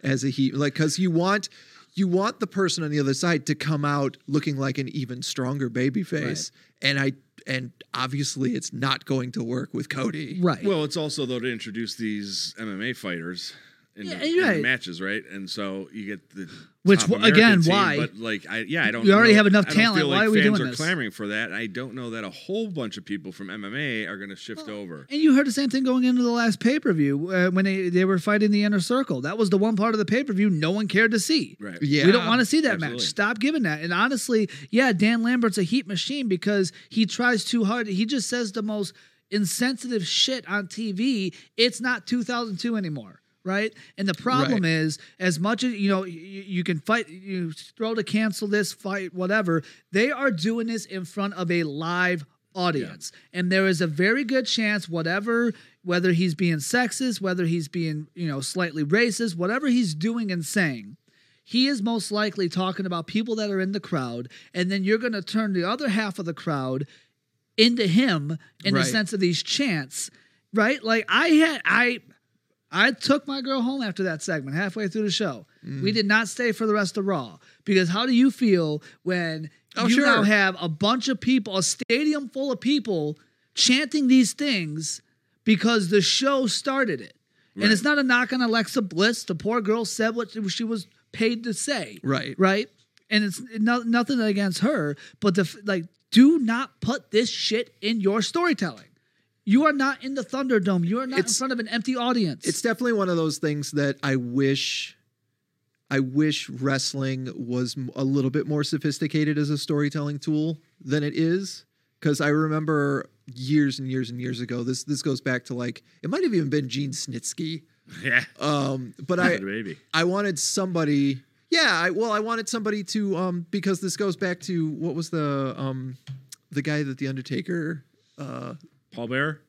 as a heat like cuz you want you want the person on the other side to come out looking like an even stronger baby face and I and obviously it's not going to work with Cody.
Right.
Well, it's also though to introduce these MMA fighters in,
Yeah,
the,
you're
in the
right.
matches, right? And so you get the
Which,
top
wh-
American
again,
team,
why?
But like, I yeah, I don't.
You already
know-
have enough
I don't
talent.
Feel
Why
like
are we
fans
doing
are
this?
clamoring for that. I don't know that a whole bunch of people from MMA are going to shift over.
And you heard the same thing going into the last pay per view uh, when they, they were fighting the inner circle. That was the one part of the pay per view no one cared to see.
Right.
Yeah.
We don't want to see that match.
absolutely.
Stop giving that. And honestly, yeah, Dan Lambert's a heat machine because he tries too hard. He just says the most insensitive shit on TV. It's not 2002 anymore. Right. And the problem
Right.
is, as much as you know, you, you can fight, you throw to cancel this fight, whatever, they are doing this in front of a live audience. And there is a very good chance, whatever, whether he's being sexist, whether he's being, you know, slightly racist, whatever he's doing and saying, he is most likely talking about people that are in the crowd, and then you're going to turn the other half of the crowd into him in
Right.
the sense of these chants, right? Like I had I I took my girl home after that segment halfway through the show. We
Mm.
did not stay for the rest of Raw because how do you feel when
Oh,
you now
sure.
have a bunch of people, a stadium full of people chanting these things because the show started it. And it's not a knock on Alexa Bliss. The poor girl said what she was paid to say.
Right.
Right. And it's no, nothing against her, but the f- like, do not put this shit in your storytelling. You are not in the Thunderdome. You are not in
It's-
front of an empty audience.
It's definitely one of those things that I wish I wish wrestling was m- a little bit more sophisticated as a storytelling tool than it is cuz I remember years and years and years ago this this goes back to like it might have even been Gene Snitsky
Yeah,
um but I
baby.
I wanted somebody. Yeah, I, well, I wanted somebody to um because this goes back to what was the um the guy that the Undertaker. Uh,
Paul Bear.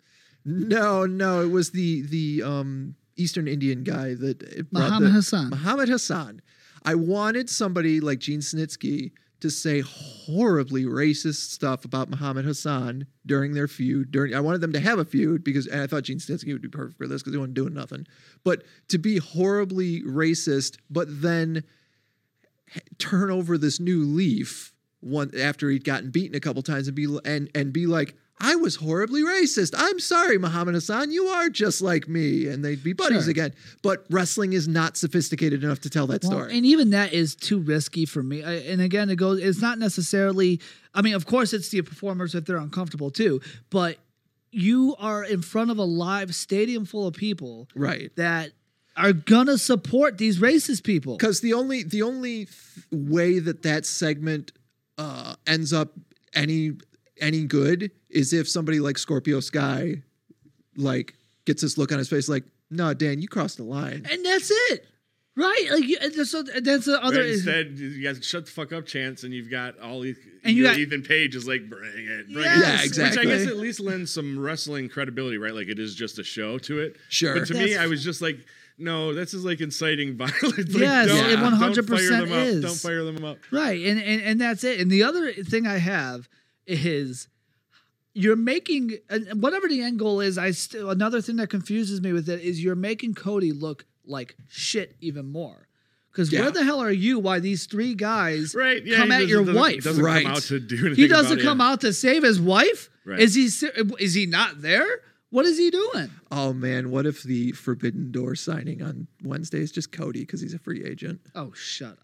no, no, it was the the um Eastern Indian guy that it brought
Muhammad
the-
Hassan.
Muhammad Hassan. I wanted somebody like Gene Snitsky to say horribly racist stuff about Muhammad Hassan during their feud. During I wanted them to have a feud because and I thought Gene Snitsky would be perfect for this because he wasn't doing nothing. But to be horribly racist, but then h- turn over this new leaf one after he'd gotten beaten a couple times and be l- and and be like. I was horribly racist. I'm sorry, Muhammad Hassan. You are just like me, and they'd be buddies
Sure.
again. But wrestling is not sophisticated enough to tell that
Well,
story.
And even that is too risky for me. I, and again, it goes. It's not necessarily. I mean, of course, it's the performers if they're uncomfortable too. But you are in front of a live stadium full of people
right.
that are gonna support these racist people.
because the only the only th- way that that segment uh, ends up any any good is if somebody like Scorpio Sky like gets this look on his face like, "No, Dan, you crossed the line."
And that's it, right? Like you, and so that's the other.
Right, instead, you guys shut the fuck up, Chance, and you've got all these.
And you
your
got-
Ethan Page is like, bring it, bring
Yes.
it.
Yeah,
exactly.
Which I guess at least lends some wrestling credibility, right? Like it is just a show to it.
Sure.
But to me,
That's-
I was just like, no, this is like inciting violence. Like,
Yes,
don't-
it
don't fire
100%
them up.
is.
Don't fire them up.
Right. And, and and that's it. And the other thing I have is you're making and and whatever the end goal is, I still another thing that confuses me with it is you're making Cody look like shit even more. Cuz
Yeah.
where the hell are you why these three guys
Right? Yeah.
come
he
at
doesn't-
your
doesn't-
wife?
Doesn't
Right.
come out to do anything.
he doesn't
about it.
come out to save his wife?
Right.
Is he ser- is he not there? What is he doing?
Oh man, what if the Forbidden Door signing on Wednesday is just Cody because he's a free agent?
Oh, shut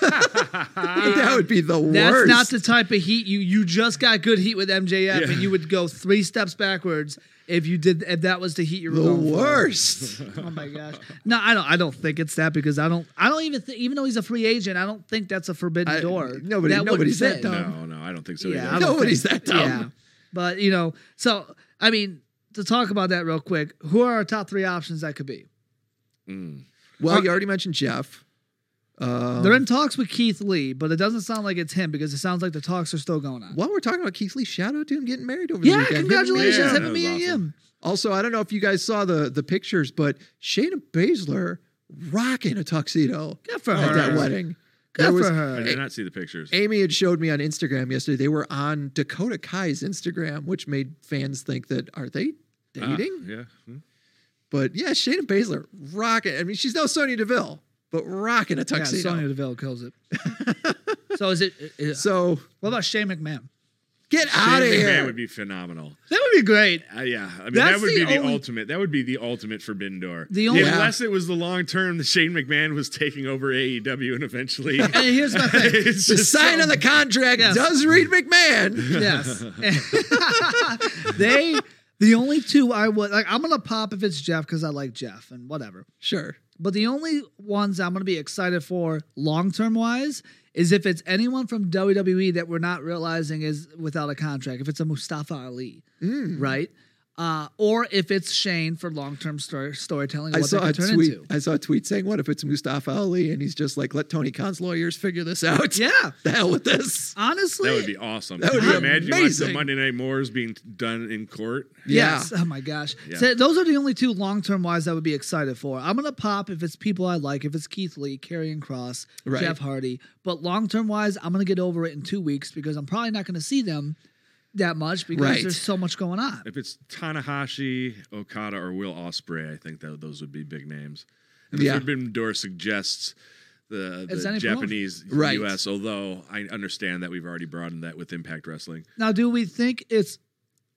up.
that would be the
Ah, That's
worst.
not the type of heat you you just got good heat with MJF,
Yeah.
and you would go three steps backwards if you did if that was the heat you were
the
going for.
worst.
Oh my gosh! No, I don't. I don't think it's that because I don't. I don't even think, even though he's a free agent, I don't think that's a forbidden
I-
door.
nobody-
that wouldn't
nobody's that
fit.
dumb.
No, no, I don't think so.
Yeah,
either.
I don't
Nobody's
think-
that dumb.
but you know, so I mean, to talk about that real quick, who are our top three options that could be?
well, you already mentioned Jeff. Um,
They're in talks with Keith Lee, but it doesn't sound like it's him because it sounds like the talks are still going on.
while we're talking about Keith Lee, shout out to him getting married over the
Yeah,
weekend. Him and
congratulations,
Yeah,
him
that
and
was
me
awesome.
and him.
Also, I don't know if you guys saw the the pictures, but Shayna Baszler rocking a tuxedo
Good for
at
her.
that wedding.
Good
There was-
for her.
I did not see the pictures.
Amy had showed me on Instagram yesterday. They were on Dakota Kai's Instagram, which made fans think that are they
Ah,
dating?
yeah. Hmm.
But yeah, Shayna Baszler rocking. I mean, she's no Sonya Deville, but rocking a tuxedo.
Yeah, Sonya Deville kills it. so is it? uh, Is,
so
what about Shane McMahon?
get out of
Shane McMahon
here.
would be phenomenal.
That would be great.
Uh, yeah, I
That's
mean that would
the
be the
only-
ultimate. That would be the ultimate forbidden door.
The only-
unless it was the long term that Shane McMahon was taking over AEW and eventually.
And here's my thing.
it's
the
just
sign on the contract
Yes.
does read McMahon.
Yes. they the only two I would like I'm gonna pop if it's Jeff because I like Jeff and whatever.
sure.
But the only ones I'm gonna be excited for long term wise is if it's anyone from WWE that we're not realizing is without a contract. If it's a Mustafa Ali, right? Uh, or if it's Shane for long term story- storytelling. and
I
what that
saw a
could turn
tweet.
into.
I saw a tweet saying, "What if it's Mustafa Ali?" And he's just like, "Let Tony Khan's lawyers figure this out."
Yeah.
the hell with this.
Honestly,
That would be awesome.
That would
Could you
be
imagine like,
amazing.
the Monday Night Moors being done in court.
Yes. Oh my gosh. So those are the only two long term wise I would be excited for. I'm gonna pop if it's people I like, if it's Keith Lee, Karrion Cross,
Right.
Jeff Hardy. But long term wise, I'm gonna get over it in two weeks because I'm probably not gonna see them that much because
Right.
there's so much going on.
If it's Tanahashi, Okada, or Will Osprey, I think that those would be big names. And
Yeah.
the Forbidden Door suggests the,
It's
the
any promotion.
Japanese
Right.
U.S. Although I understand that we've already broadened that with Impact Wrestling.
Now, do we think it's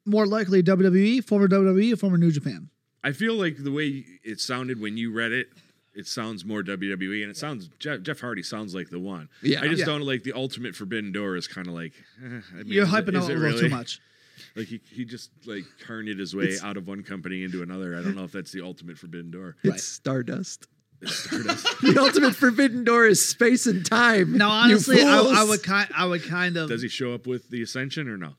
more likely WWE, former WWE, or former New Japan?
I feel like the way it sounded when you read it, it sounds more WWE, and it sounds Jeff, Jeff Hardy sounds like the one.
Yeah.
I just
Yeah.
don't like the Ultimate Forbidden Door is kind of like eh, I mean,
You're
is it-
hyping
is
out a
it
little
really?
too much.
Like he, he just like carned his way out of one company into another. I don't know if that's the Ultimate Forbidden Door.
It's Stardust. Stardust. the ultimate forbidden door is space and time.
Now,
you
honestly, I, I
fools.
would kind, I would kind of,
Does he show up with the Ascension or no?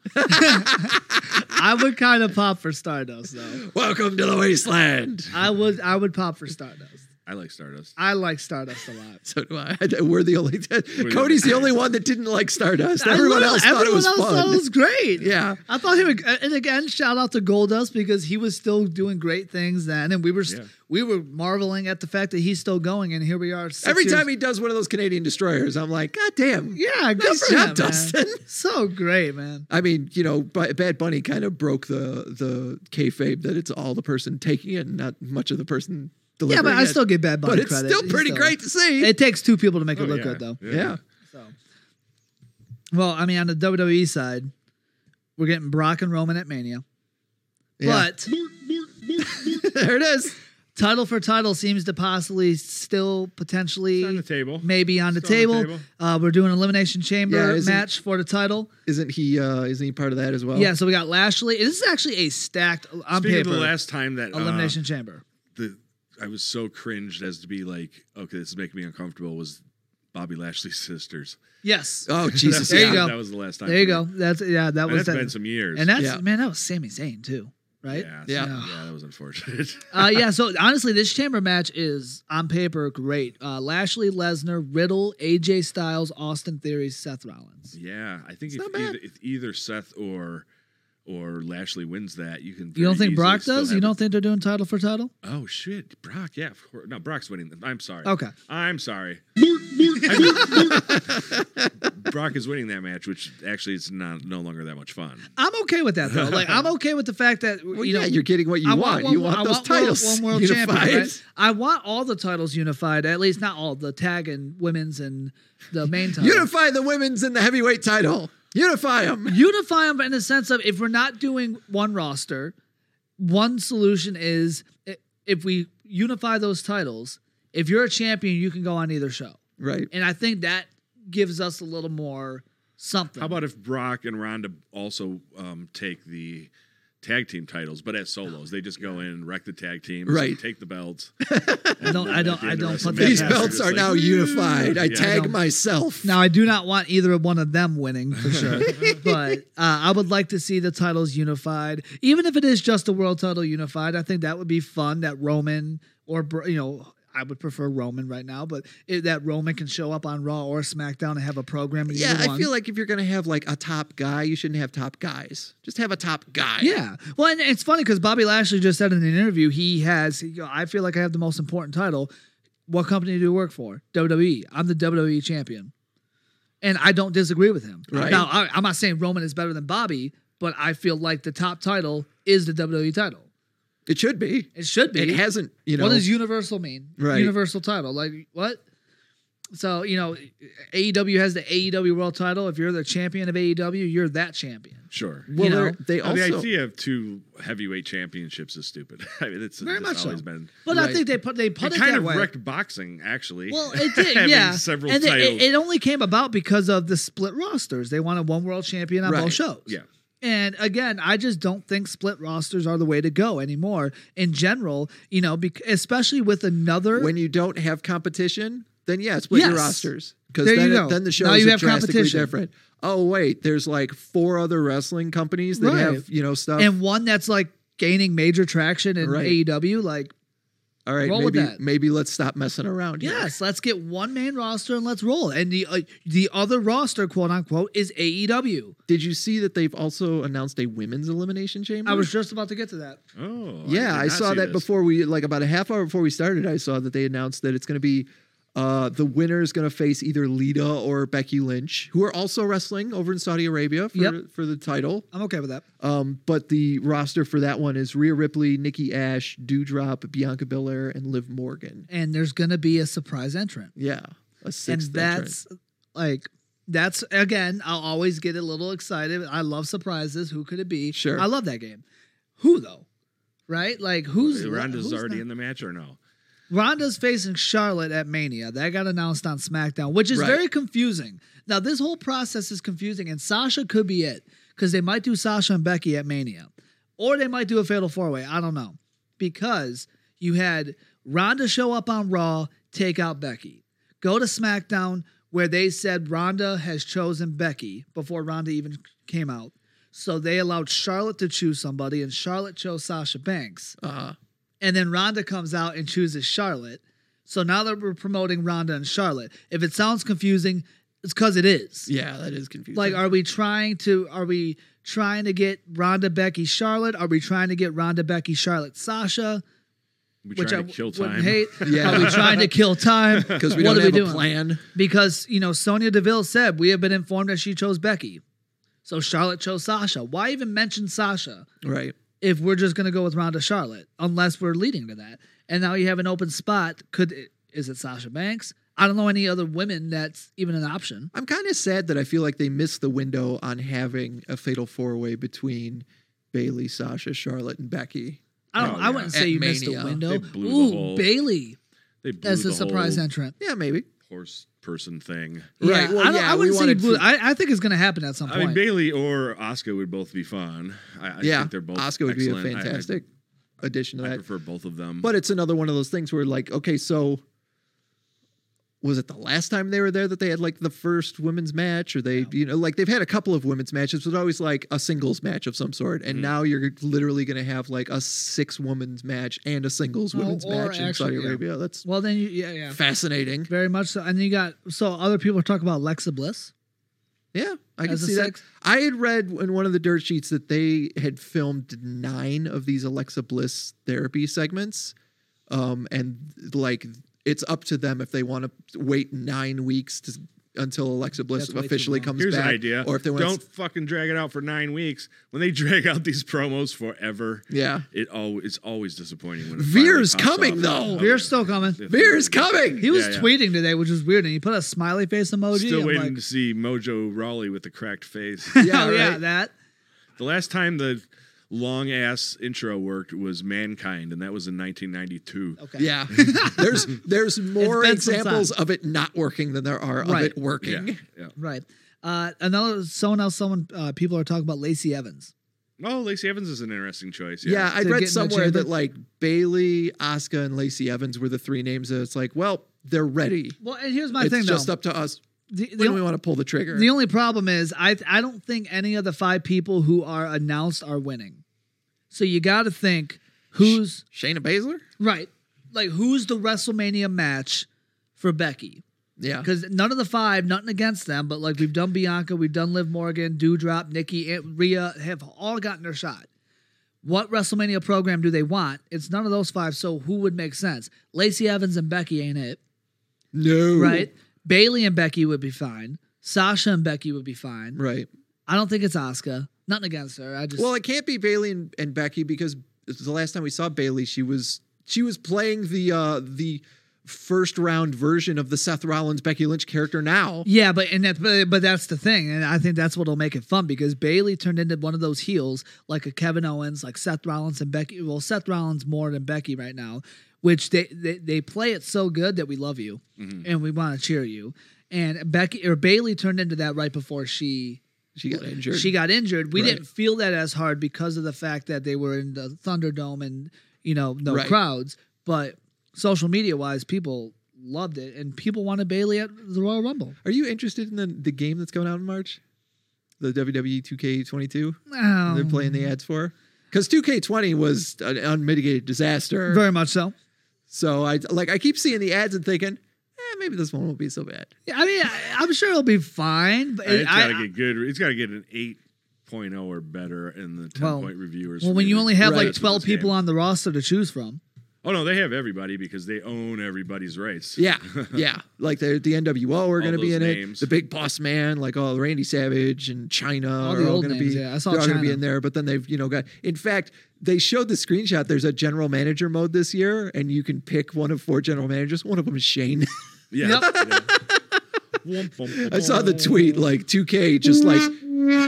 I would kind of pop for Stardust though.
Welcome to the wasteland.
I would, I would pop for Stardust.
I like Stardust.
I like Stardust a lot.
So do I. We're the only.
only-
Cody's the only one that didn't like Stardust. Everyone
love
else thought it
everyone
was
else
fun.
thought it was great.
Yeah.
I thought he would, uh, and again, shout out to Goldust because he was still doing great things then, and we were
Yeah.
we were marveling at the fact that he's still going, and here we are. Six
Every
years-
time he does one of those Canadian destroyers, I'm like, God damn.
yeah, good
for
for
him,
him,
Dustin.
Man. So great, man.
I mean, you know, B- Bad Bunny kind of broke the the kayfabe that it's all the person taking it, and not much of the person delivering.
Yeah, but I
it.
still give Bad Bunny
But it's
credit.
still
He's
pretty great to see.
It takes two people to make
Oh,
it look
yeah.
good, though.
yeah.
So, well, I mean, on the WWE side, we're getting Brock and Roman at Mania,
Yeah.
but.
there it is.
title for title seems to possibly still potentially
It's on the table.
maybe on the
Still
table.
on the table.
Uh, we're doing elimination chamber
Yeah, isn't-
match for the title.
Isn't he? uh Isn't he part of that as well?
Yeah, so we got Lashley. This is actually a stacked on
Speaking
paper
of the last time that uh,
elimination chamber.
the I was so cringed as to be like, okay, this is making me uncomfortable. Was Bobby Lashley's sisters?
Yes,
Oh Jesus!
There you
yeah.
go.
That was the last time.
there you go.
for me.
That's yeah, that
And
was
that's
that.
been some years.
and that's
Yeah.
man, that was Sami Zayn too, right?
yeah,
Yeah.
so- yeah, that was unfortunate.
uh, yeah, so honestly, this chamber match is on paper great. Uh, Lashley, Lesnar, Riddle, AJ Styles, Austin Theory, Seth Rollins.
yeah, I think if
not bad.
either, if either Seth or or Lashley wins that, you can.
You don't
very
think
easily
Brock
still
does?
have
You
it-
don't think they're doing title for title?
Oh shit, Brock. Yeah, of course. No, Brock's winning. I'm sorry.
Okay.
I'm sorry. I mean, Brock is winning that match, which actually is not no longer that much fun.
I'm okay with that though. Like I'm okay with the fact that
Well,
you know
yeah, you're getting what you
I
want. you want
I
those
world-
titles
one world
unified.
champion. right? I want all the titles unified. At least not all the tag and women's and the main title.
Unify the women's and the heavyweight title. Unify them.
Unify them in the sense of if we're not doing one roster, one solution is i- if we unify those titles, if you're a champion, you can go on either show.
Right.
And I think that gives us a little more something.
How about if Brock and Ronda also um, take the tag team titles, but as solos? They just go in and wreck the tag teams,
Right.
take the belts.
I don't I don't
the
I
end of
don't put that
WrestleMania.
These
Yeah,
past
belt-
belts
it's
are
like-
now unified. I
Yeah.
tag
No.
myself.
Now I do not want either one of them winning for sure, but uh, I would like to see the titles unified, even if it is just the world title unified. I think that would be fun. That Roman or Br- you know. I would prefer Roman right now, but if that Roman can show up on Raw or SmackDown and have a program. in
Yeah,
either
I
one.
feel like if you're gonna have like a top guy, you shouldn't have top guys. Just have a top guy.
Yeah. Well, and it's funny because Bobby Lashley just said in an interview he has. he go, I feel like I have the most important title. What company do you work for? WWE. I'm the WWE champion, and I don't disagree with him.
Right.
Now, I, I'm not saying Roman is better than Bobby, but I feel like the top title is the WWE title.
It should be.
It should be.
It hasn't, you know.
What does universal mean?
Right.
Universal title. Like what? So you know, AEW has the AEW World Title. If you're the champion of AEW, you're that champion.
Sure.
well,
you know.
they're- they
Now,
also
the idea of two heavyweight championships is stupid. I mean, it's,
Very
it's
much so.
always been.
But I
Right.
think they put they put
it
it
kind
that
of
way.
wrecked boxing, actually.
Well, it did,
having
yeah.
Several
and it-
titles.
It, it only came about because of the split rosters. They wanted one world champion on
Right.
both shows.
yeah.
And again, I just don't think split rosters are the way to go anymore in general. You know, bec- especially with another.
when you don't have competition, then yeah, split your
Yes.
rosters. Because
There
then,
you
it-
go.
then the shows
Now you
are
have
drastically
competition.
different. Oh wait, there's like four other wrestling companies that
Right.
have you know stuff.
and one that's like gaining major traction in
Right.
AEW. Like,
All right,
roll
maybe
with that.
maybe let's stop messing around. here.
yes, let's get one main roster and let's roll. And the uh, the other roster, quote unquote, is E AEW.
Did you see that they've also announced a women's elimination chamber?
I was just about to get to that.
Oh.
yeah,
did
I,
not
saw
see
that
this.
before we like about a half hour before we started. I saw that they announced that it's going to be uh, the winner is going to face either Lita or Becky Lynch, who are also wrestling over in Saudi Arabia for
Yep.
for the title.
I'm okay with that.
Um, but the roster for that one is Rhea Ripley, Nikki Ash, Dewdrop, Bianca Belair, and Liv Morgan.
And there's gonna be a surprise entrant.
Yeah, a
and
sixth. entrant.
that's like that's again i'll always get a little excited i love surprises who could it be
Sure.
i love that game who though right like who's
Ronda's
who's
already
not-
in the match or no?
Ronda's facing Charlotte at Mania. That got announced on SmackDown, which is
Right.
very confusing. Now, this whole process is confusing, and Sasha could be it because they might do Sasha and Becky at Mania, or they might do a fatal four way. I don't know. Because you had Ronda show up on Raw, take out Becky, go to SmackDown, where they said Ronda has chosen Becky before Ronda even came out. So they allowed Charlotte to choose somebody, and Charlotte chose Sasha Banks.
Uh,
And then Rhonda comes out and chooses Charlotte. So now that we're promoting Rhonda and Charlotte, if it sounds confusing, it's because it is.
yeah, that is confusing.
Like, are we trying to are we trying to get Rhonda Becky Charlotte? Are we trying to get Rhonda Becky Charlotte Sasha?
We
Which I
trying to kill
wouldn't
time.
hate.
Yeah.
Are we trying to kill time?
because we
what are
don't
we
have
doing?
a plan.
Because you know Sonia Deville said we have been informed that she chose Becky, so Charlotte chose Sasha. Why even mention Sasha?
Right.
if we're just going to go with Ronda Charlotte, unless we're leading to that. And now you have an open spot. Could is it Sasha Banks? I don't know any other women that's even an option.
I'm kind of sad that I feel like they missed the window on having a fatal four way between Bailey, Sasha, Charlotte, and Becky.
I don't.
Oh,
I
yeah.
wouldn't
At
say you missed
Mania.
a window.
They blew the
Ooh,
whole-
Bailey
They blew
as
the
a surprise
whole
entrant.
Yeah, maybe.
horse person thing.
Right, well,
I, don't-
yeah,
I
we
wouldn't say you
wanted
blew.
to-
I, I think it's going to happen at some
I
point.
mean, Bailey or Oscar would both be fun. I, I
yeah,
think they're both.
Oscar would
excellent.
be a
I- I-
fantastic addition to
I,
that.
prefer both of them.
But it's another one of those things where, like, okay, so was it the last time they were there that they had like the first women's match, or they, you know, like they've had a couple of women's matches, but always like a singles match of some sort.
Mm-hmm.
And now you're literally going to have like a six women's match and a singles
Oh,
women's
or
match in
actually,
Saudi
yeah.
Arabia. That's
well, then you, yeah, yeah,
fascinating.
very much so. And then you got so other people talk about Alexa Bliss.
Yeah, I can
As a
see that.
sex-
I had read in one of the dirt sheets that they had filmed nine of these Alexa Bliss therapy segments, um, and like it's up to them if they want to wait nine weeks to, until Alexa Bliss
That's way too
officially
long.
comes
Here's
back,
an idea.
or if they want,
don't fucking drag it out for nine weeks. When they drag out these promos forever,
yeah,
it al- it's always disappointing. When it
Veer's
finally
coming
pops off.
though.
We're still coming.
If-
Beer's coming.
He was
Oh, yeah.
tweeting today, which was weird, and he put a smiley face emoji.
Still
I'm
waiting
like,
to see Mojo Rawley with the cracked face.
Yeah,
oh yeah,
right.
that.
the last time the long ass intro worked was Mankind, and that was in 1992.
Okay.
Yeah. there's there's more
been some
examples
time.
of it not working than there are
Right.
of it working.
Yeah, yeah.
Right. Uh, another someone else. Someone uh, people are talking about Lacey Evans.
Oh, Lacey Evans is an interesting choice.
Yeah,
Yeah.
To
I
get in
read
the
somewhere
chamber.
that like Bailey, Asuka, and Lacey Evans were the three names that it's like, well, they're ready.
Well, and here's my
it's
thing
just
though.
up to us
The- the
when
o-
we want to pull the trigger.
The only problem is I I don't think any of the five people who are announced are winning. So you got to think who's
Shayna Baszler?
right, like who's the WrestleMania match for Becky?
Yeah.
Because none of the five, nothing against them, but like we've done Bianca, we've done Liv Morgan, Dewdrop, Nikki, and Rhea have all gotten their shot. What WrestleMania program do they want? It's none of those five, so who would make sense? Lacey Evans and Becky ain't it.
No.
Right. Bailey and Becky would be fine. Sasha and Becky would be fine.
Right.
I don't think it's Oscar. Nothing against her. I just
Well, it can't be Bailey and, and Becky because the last time we saw Bailey, she was she was playing the uh the first round version of the Seth Rollins Becky Lynch character now.
yeah, but and that but, but that's the thing, and I think that's what'll make it fun because Bailey turned into one of those heels like a Kevin Owens, like Seth Rollins and Becky. Well, Seth Rollins more than Becky right now, which they they, they play it so good that we love you
Mm-hmm.
and we want to cheer you. And Becky or Bailey turned into that right before she
She got injured.
She got injured. We
Right.
didn't feel that as hard because of the fact that they were in the Thunderdome and you know no
Right.
crowds. But social media wise, people loved it, and people wanted Bailey at the Royal Rumble.
Are you interested in the, the game that's going out in March? The E WWE 2K22 they're
Oh,
playing the ads for? Because 2K20 was an unmitigated disaster.
very much so.
so I like I keep seeing the ads and thinking, eh, maybe this one won't be so bad.
Yeah, I mean, I, I'm sure it'll be fine. But
it's
I-
got to get good. It's got to get an 8.0 or better in the 10
Well-
point reviewers.
well, when you
rating.
only have
Right.
like 12 people on the roster to choose from,
Oh no, they have everybody because they own everybody's rights.
Yeah, yeah. Like the the NWO are going to be
those
in
names.
it. The Big Boss Man, like all Randy Savage and China
All the
are all
old
going to be.
names, yeah. I saw
they're all gonna be
China.
in there. But then they've you know got. In fact, they showed the screenshot. There's a general manager mode this year, and you can pick one of four general managers. One of them is Shane.
yeah.
Yep.
yeah. Womp, womp, womp,
I saw the
womp.
tweet like 2K just like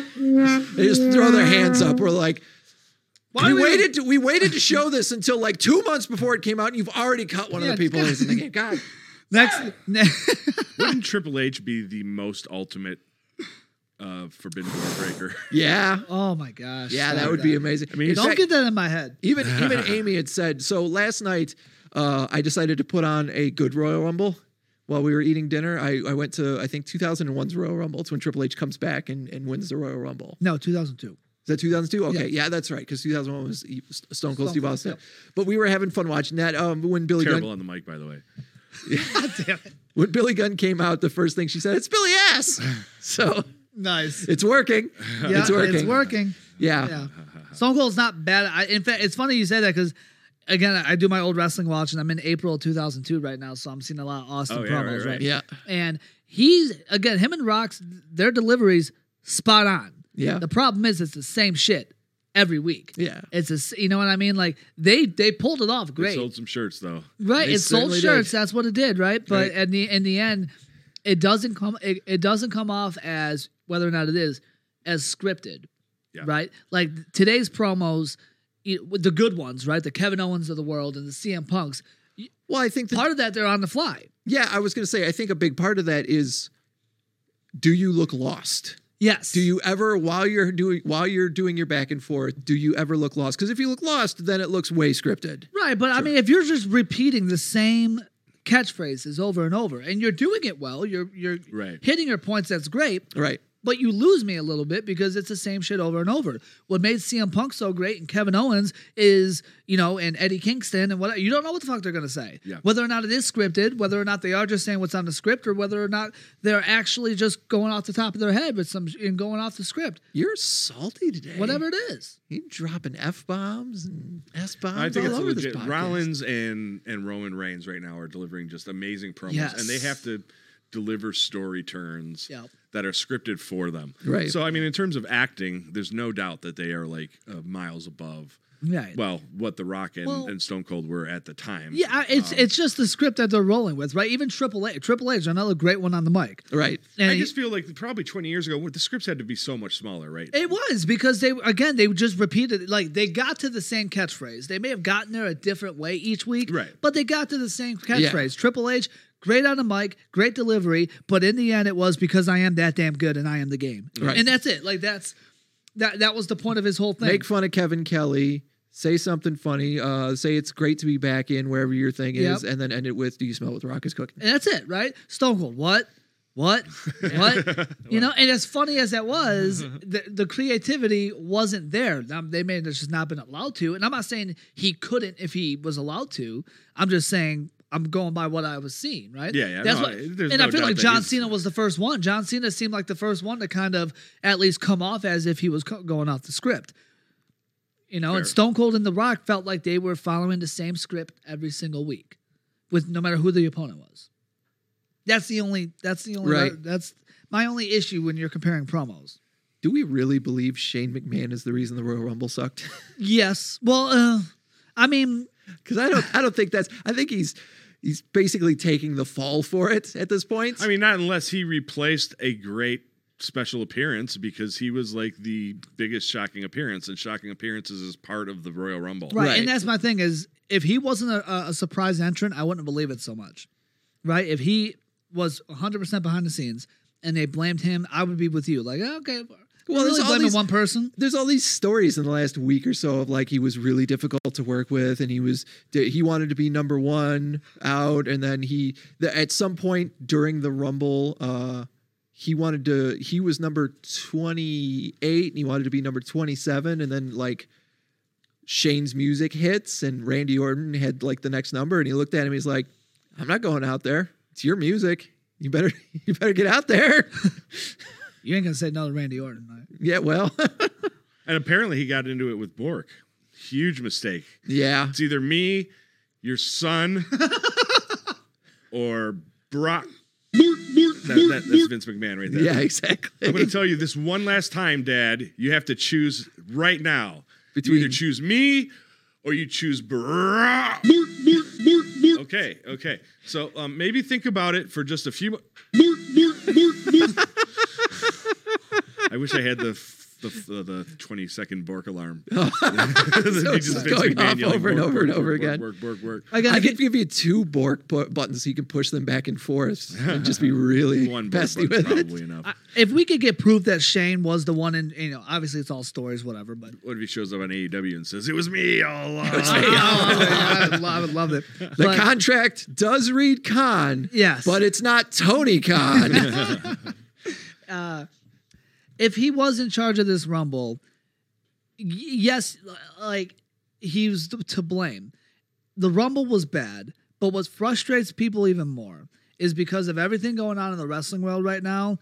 they just throw their hands up. We're like. we,
do we-
waited. To, we waited to show this until like two months before it came out, and you've already cut one
Yeah.
of the people who's in the game. God,
next,
Wouldn't Triple H be the most ultimate uh, forbidden door breaker?
yeah,
oh my gosh,
yeah, that
stop
would be amazing.
mean,
In
he's-
Don't
fact-
get that in my head.
Even even Amy had said so last night. Uh, I decided to put on a good Royal Rumble while we were eating dinner. I, I went to I think 2001's Royal Rumble. It's when Triple H comes back and, and wins the Royal Rumble.
No, 2002.
Is that 2002? Okay, yeah, that's right because 2001 was E- Stone Cold
Stone
Steve
Cold,
Austin. But we were having fun watching that. Um, when Billy
Terrible
Gunn,
on the mic, by the way.
when Billy Gunn came out, the first thing she said, "It's Billy ass." so
Nice.
it's working.
Yeah,
it's working.
It's working.
Yeah.
Yeah. Stone Cold's not bad. I, in fact, it's funny you say that because, again, I do my old wrestling watch and I'm in April 2002 right now, so I'm seeing a lot of Austin
Oh, yeah,
promos,
right,
right,
right.
yeah,
And he's, again, him and Rock's, their deliveries spot on.
Yeah.
The problem is it's the same shit every week.
Yeah.
It's a, s- you know what I mean? Like they they pulled it off
They
great.
sold some shirts though.
Right,
They
it sold
certainly
shirts.
did.
That's what it did, right? But
Right.
in the in the end, it doesn't come it, it doesn't come off as whether or not it is as scripted,
Yeah.
right? Like today's promos, you- with the good ones, right? The Kevin Owens of the world and the CM Punks.
Well, I think the
Part of that they're on the fly.
Yeah, I was going to say, I think a big part of that is do you look lost?
Yes.
Do you ever while you're doing while you're doing your back and forth, do you ever look lost? Cuz if you look lost, then it looks way scripted.
Right, but I mean, if you're just repeating the same catchphrases over and over, and you're doing it well, you're you're
Right.
hitting your points. That's great.
Right.
but you lose me a little bit because it's the same shit over and over. What made CM Punk so great and Kevin Owens is, you know, and Eddie Kingston and what you don't know what the fuck they're gonna say.
Yeah.
Whether or not it is scripted, whether or not they are just saying what's on the script, or whether or not they're actually just going off the top of their head with some and going off the script.
You're salty today.
Whatever it is.
You dropping F bombs and S
I
bombs
think
all
it's
over
legit.
this podcast.
Rollins and and Roman Reigns right now are delivering just amazing promos,
Yes.
and they have to deliver story turns
Yeah.
that are scripted for them.
Right.
So I mean, in terms of acting, there's no doubt that they are like uh, miles above.
Right.
Well, what The Rock and,
Well-
and Stone Cold were at the time.
Yeah, I-
um,
it's it's just the script that they're rolling with, right? Even Triple H, Triple H, another great one on the mic.
Right.
And
I
he-
just feel like probably 20 years ago, the scripts had to be so much smaller, right?
It was because they again they just repeated like they got to the same catchphrase. They may have gotten there a different way each week,
Right.
But they got to the same catchphrase. Triple H, great on the mic, great delivery, but in the end it was because I am that damn good and I am the game,
Right.
And that's it. Like that's that that was the point of his whole thing.
Make fun of Kevin Kelly. Say something funny. Uh, say it's great to be back in wherever your thing is,
Yep.
and then end it with "Do you smell what the rock is cooking?"
and that's it, right? Stone Cold, what? What? What? you know, and as funny as that was, the, the creativity wasn't there. Now, they may have just not been allowed to. And I'm not saying he couldn't if he was allowed to. I'm just saying I'm going by what I was seeing, right?
Yeah, yeah,
That's
no,
what,
I-
and
there's
I
no
feel
doubt
like
that
John
he's-
Cena was the first one. John Cena seemed like the first one to kind of at least come off as if he was co- going off the script. You know,
Fair.
and Stone Cold and The Rock felt like they were following the same script every single week, with no matter who the opponent was. That's the only. That's the only.
Right.
That's my only issue when you're comparing promos.
Do we really believe Shane McMahon is the reason the Royal Rumble sucked?
Yes. Well, uh, I mean,
Because I don't, I don't think that's. I think he's, he's basically taking the fall for it at this point.
I mean, not unless he replaced a great special appearance because he was like the biggest shocking appearance, and shocking appearances is part of the Royal Rumble.
right.
Right.
And that's my thing is if he wasn't a, a surprise entrant, I wouldn't believe it so much. Right. If he was 100 percent behind the scenes and they blamed him, I would be with you. Like, okay. Well,
Well, there's
really
all
blaming
these-
one person.
there's all these stories in the last week or so of like he was really difficult to work with and he was he wanted to be number one out and then he the, at some point during the rumble uh he wanted to he was number 28 and he wanted to be number 27 and then like shane's music hits and randy orton had like the next number and he looked at him he's like i'm not going out there it's your music you better you better get out there
You ain't gonna say no to Randy Orton. Right?
yeah well
And apparently he got into it with Bork. Huge mistake.
yeah
It's either me, your son, or Brock. That- that- that's Vince McMahon right there.
yeah exactly
I'm going to tell you this one last time, Dad. You have to choose right now.
Between-
you either choose me or you choose Brock. Okay, okay. So um, maybe think about it for just a few. Mo- I wish I had the f- the f- the, the 20 second Bork alarm.
So it's just going off over and over and over again.
Work, work, work.
Again,
I
if he-
could give you two Bork bu- buttons so you can push them back and forth and just be really
One Bork
pesty
button's
with it.
probably enough.
if we could get proof that Shane was the one, and you know, obviously it's all stories, whatever. But
What if he shows up on AEW and says it was me all along?
I, would, lo- I would love it.
The
But-
contract does read Khan,
Yes.
but it's not Tony Khan.
if he was in charge of this rumble y- yes like he was th- to blame the rumble was bad but what frustrates people even more is because of everything going on in the wrestling world right now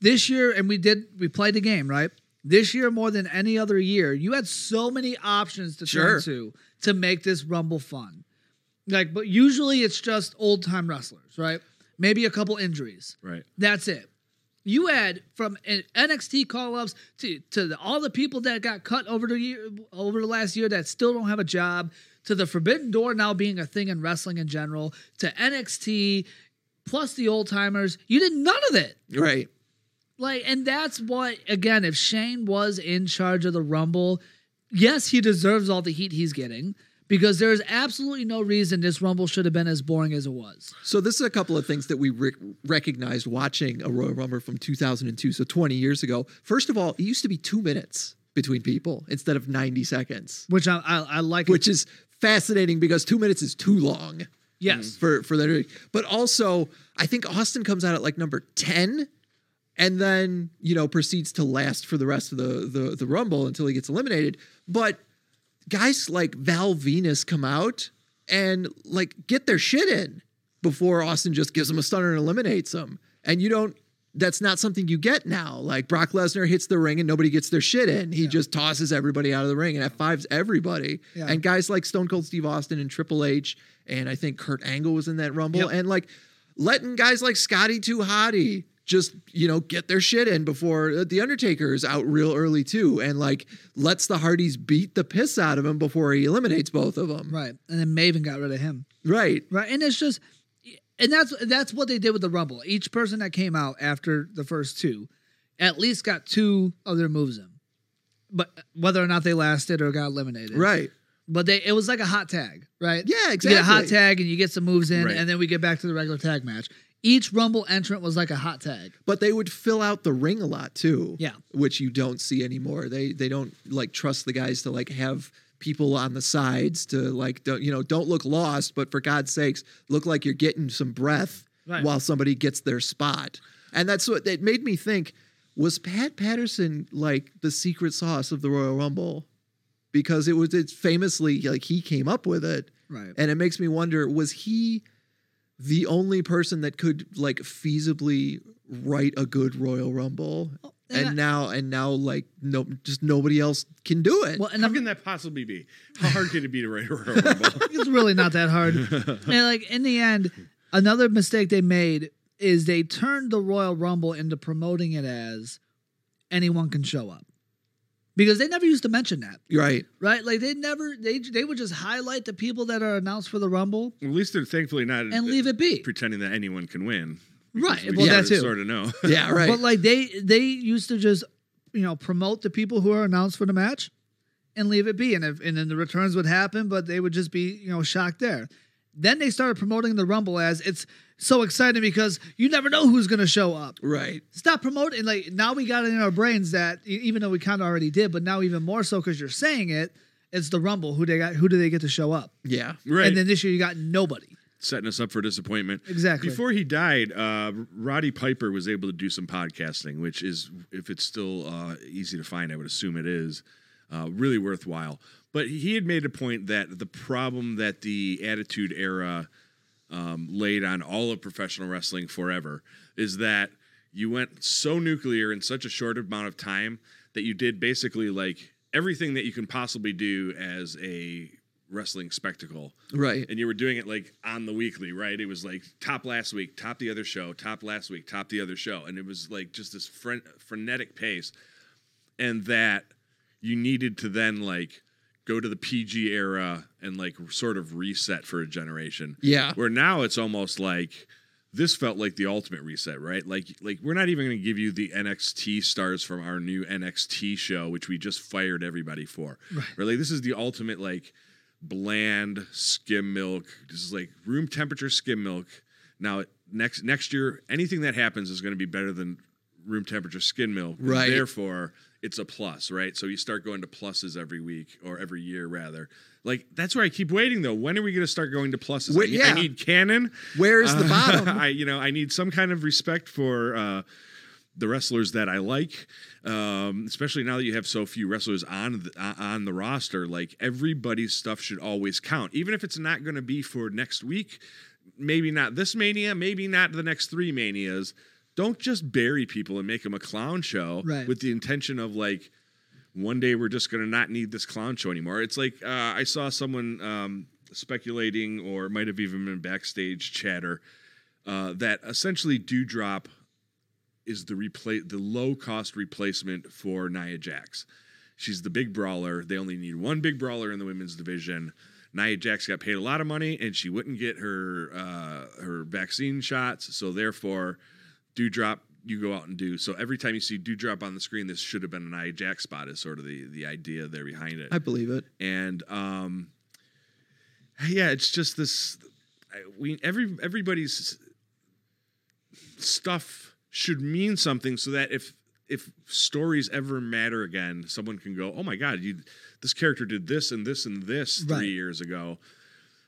this year and we did we played the game right this year more than any other year you had so many options to
Sure.
turn to to make this rumble fun like but usually it's just old time wrestlers right maybe a couple injuries
right.
that's it. You had from an- NXT call ups to, to the, all the people that got cut over the year, over the last year that still don't have a job, to the Forbidden Door now being a thing in wrestling in general, to NXT plus the old timers. You did none of it.
right.
Like, and that's what again, if Shane was in charge of the Rumble, yes, he deserves all the heat he's getting because there is absolutely no reason this Rumble should have been as boring as it was.
So this is a couple of things that we rec recognized watching a Royal Rumble from 2002, so 20 years ago. First of all, it used to be two minutes between people instead of 90 seconds,
Which I I, I like.
which is fascinating because two minutes is too long.
yes.
Mm-hmm. for for their but also I think Austin comes out at like number 10 and then you know proceeds to last for the rest of the the, the rumble until he gets eliminated but guys like Val Venus come out and like get their shit in before Austin just gives them a stunner and eliminates them and you don't that's not something you get now. Like Brock Lesnar hits the ring and nobody gets their shit in. He just tosses everybody out of the ring and F5s everybody.
Yeah.
And guys like Stone Cold Steve Austin and Triple H, and I think Kurt Angle was in that Rumble.
Yep.
And like, letting guys like Scotty Too Hottie just you know get their shit in before uh, the Undertaker is out real early too, and like lets the Hardys beat the piss out of him before he eliminates both of them.
Right. And then Maven got rid of him.
Right.
Right. And it's just and that's that's what they did with the Rumble. Each person that came out after the first two at least got two of their moves in. But whether or not they lasted or got eliminated.
Right.
But they it was like a hot tag, right?
Yeah.
You
Exactly.
get a hot tag and you get some moves in
Right.
and then we get back to the regular tag match. Each Rumble entrant was like a hot tag.
But they would fill out the ring a lot too.
Yeah.
Which you don't see anymore. They they don't like trust the guys to like have people on the sides to like don't you know don't look lost, but for God's sakes, look like you're getting some breath
Right.
while somebody gets their spot. And that's what that made me think was Pat Patterson like the secret sauce of the Royal Rumble? Because it was it's famously like he came up with it.
Right.
And it makes me wonder was he the only person that could like feasibly write a good Royal Rumble?
Oh,
and
and
I-
now and now like no just nobody else can do it.
Well, and
How
I'm-
can that possibly be? How hard could it be to write a Royal Rumble?
it's really not that hard. and like in the end, another mistake they made is they turned the Royal Rumble into promoting it as anyone can show up. Because they never used to mention that,
right.
right? Like they never they they would just highlight the people that are announced for the Rumble
At least they're thankfully not
and leave it be.
pretending that anyone can win.
Right. Well, that too.
Sort of know.
Yeah, right.
But like they they used to just you know promote the people who are announced for the match and leave it be, and if, and then the returns would happen, but they would just be you know shocked there. Then they started promoting the Rumble as it's so exciting because you never know who's going to show up.
right.
Stop promoting like now we got it in our brains that e- even though we kind of already did, but now even more so because you're saying it. It's the Rumble. Who they got? Who do they get to show up?
Yeah.
Right.
And then this year you got nobody.
setting us up for disappointment.
Exactly.
Before he died, uh, Roddy Piper was able to do some podcasting, which is, if it's still uh, easy to find, I would assume it is, uh, really worthwhile. But he had made a point that the problem that the Attitude Era um, laid on all of professional wrestling forever is that you went so nuclear in such a short amount of time that you did basically like everything that you can possibly do as a wrestling spectacle
Right.
and you were doing it like on the weekly, right? It was like top last week, top the other show, top last week, top the other show, and it was like just this fren- frenetic pace, and that you needed to then like go to the PG era and like sort of reset for a generation.
Yeah.
Where now it's almost like this felt like the ultimate reset, right? Like like we're not even going to give you the NXT stars from our new NXT show which we just fired everybody for. Right. like this is the ultimate like bland skim milk. This is like room temperature skim milk. Now next next year anything that happens is going to be better than room temperature skim milk. and
Right.
Therefore, it's a plus, right? So you start going to pluses every week or every year rather. Like that's where I keep waiting though. When are we going to start going to pluses?
Wait,
I, need-
yeah.
I need canon.
Where's the
Uh,
bottom?
I you know I need some kind of respect for uh, the wrestlers that I like, um, especially now that you have so few wrestlers on the, uh, on the roster. Like everybody's stuff should always count, even if it's not going to be for next week. Maybe not this mania. Maybe not the next three manias. Don't just bury people and make them a clown show
Right.
with the intention of like one day we're just going to not need this clown show anymore. It's like uh, I saw someone um, speculating, or it might have even been backstage chatter, uh, that essentially Dewdrop is the repla- the low cost replacement for Nia Jax. She's the big brawler. They only need one big brawler in the women's division. Nia Jax got paid a lot of money, and she wouldn't get her uh, her vaccine shots. So therefore, Dewdrop, you go out and do. So every time you see Dewdrop on the screen, this should have been an Nia Jax spot. Is sort of the the idea there behind it
I believe it.
and um yeah it's just this I- we every everybody's stuff should mean something so that if if stories ever matter again someone can go oh my god you this character did this and this and this three
Right.
years ago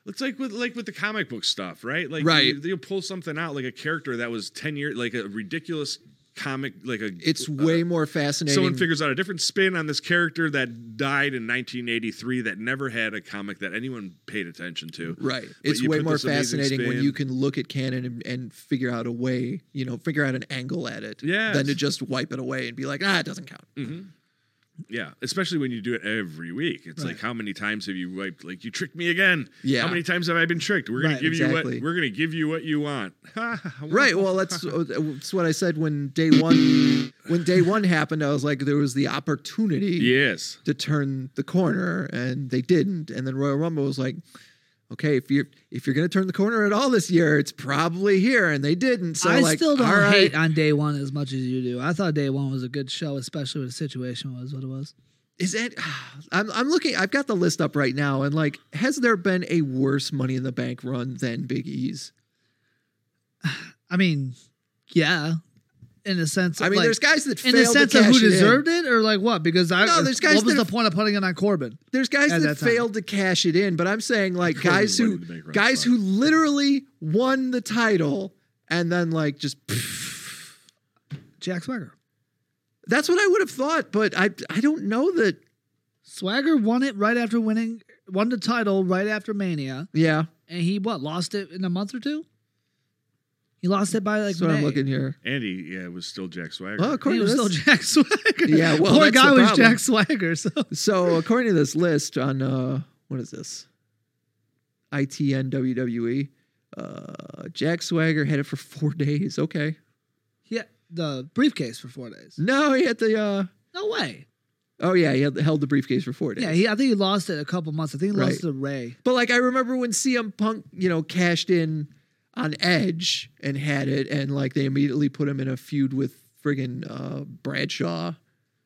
it's like with like with the comic book stuff right like
Right.
you, you'll pull something out like a character that was 10 years like a ridiculous comic like a
It's
uh,
way more fascinating.
Someone figures out a different spin on this character that died in 1983 that never had a comic that anyone paid attention to.
Right.
But
It's
you
way
put
more
this amazing
fascinating when
spin.
you can look at canon and, and figure out a way, you know, figure out an angle at it. Than to
Yes.
just wipe it away and be like, ah, it doesn't count.
Yeah, especially when you do it every week. It's
Right.
like how many times have you wiped? Like you tricked me again.
Yeah.
How many times have I been tricked? We're gonna
Right,
give you
exactly.
what we're gonna give you what you want.
Right. Well, that's, uh, that's what I said when day one when day one happened. I was like, there was the opportunity
Yes.
to turn the corner, and they didn't. And then Royal Rumble was like, okay, if you're if you're gonna turn the corner at all this year, it's probably here, and they didn't. So
I
like,
still don't
all right. uh,
hate on day one as much as you do. I thought day one was a good show, especially when the situation was what it was.
Is it? I'm I'm looking. I've got the list up right now, and like, has there been a worse Money in the Bank run than Big E's?
I mean, yeah, in a sense.
I
of,
mean,
like,
there's guys that
in
failed
the sense
to
of
cash
who
it in.
deserved it, or like what? Because I
No, there's guys
what was
that
the
have-
point of putting it on Corbin?
There's guys
at
that
that time.
failed to cash it in, but I'm saying like
Corbin
guys
won
who
the bank run,
guys
sorry.
who literally won the title and then like just pff.
Jack Swagger.
that's what I would have thought, but I I don't know that.
Swagger won it right after winning, won the title right after Mania,
Yeah,
and he what lost it in a month or two. He lost it by like
that's what I'm
May.
looking here.
Andy, yeah, it was still Jack Swagger.
Well,
He
according to
was still
this,
Jack Swagger.
Yeah, well,
poor
that's
guy
the
was
problem.
Jack Swagger. So
so according to this list on uh what is this? ITN WWE. E, Uh, Jack Swagger had it for four days. Okay,
yeah, the briefcase for four days.
no, he had the. uh
No way.
Oh yeah, he had, held the briefcase for four days.
Yeah, he, I think he lost it a couple months. I think he
Right.
lost to Ray.
But like I remember when CM Punk, you know, cashed in on Edge and had it, and like they immediately put him in a feud with friggin' uh, Bradshaw,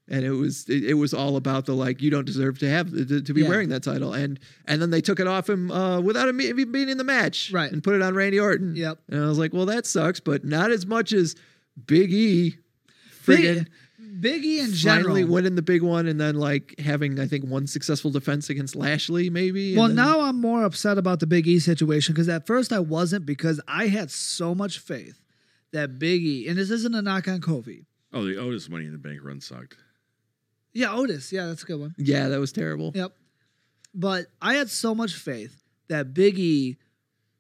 and it was it, it was all about the like you don't deserve to have to, to be
Yeah.
wearing that title, and and then they took it off him uh, without him even being in the match,
Right.
And put it on Randy Orton.
Yep.
And I was like, well, that sucks, but not as much as Big E,
Big,
friggin'
Biggie in general.
finally winning the big one, and then like having I think one successful defense against Lashley, maybe. and
Well,
then-
now I'm more upset about the Big E situation because at first I wasn't because I had so much faith that Big E, and this isn't a knock on Kofi.
oh, the Otis Money in the Bank run sucked.
Yeah, Otis. Yeah, that's a good one.
Yeah, that was terrible.
Yep. But I had so much faith that Big E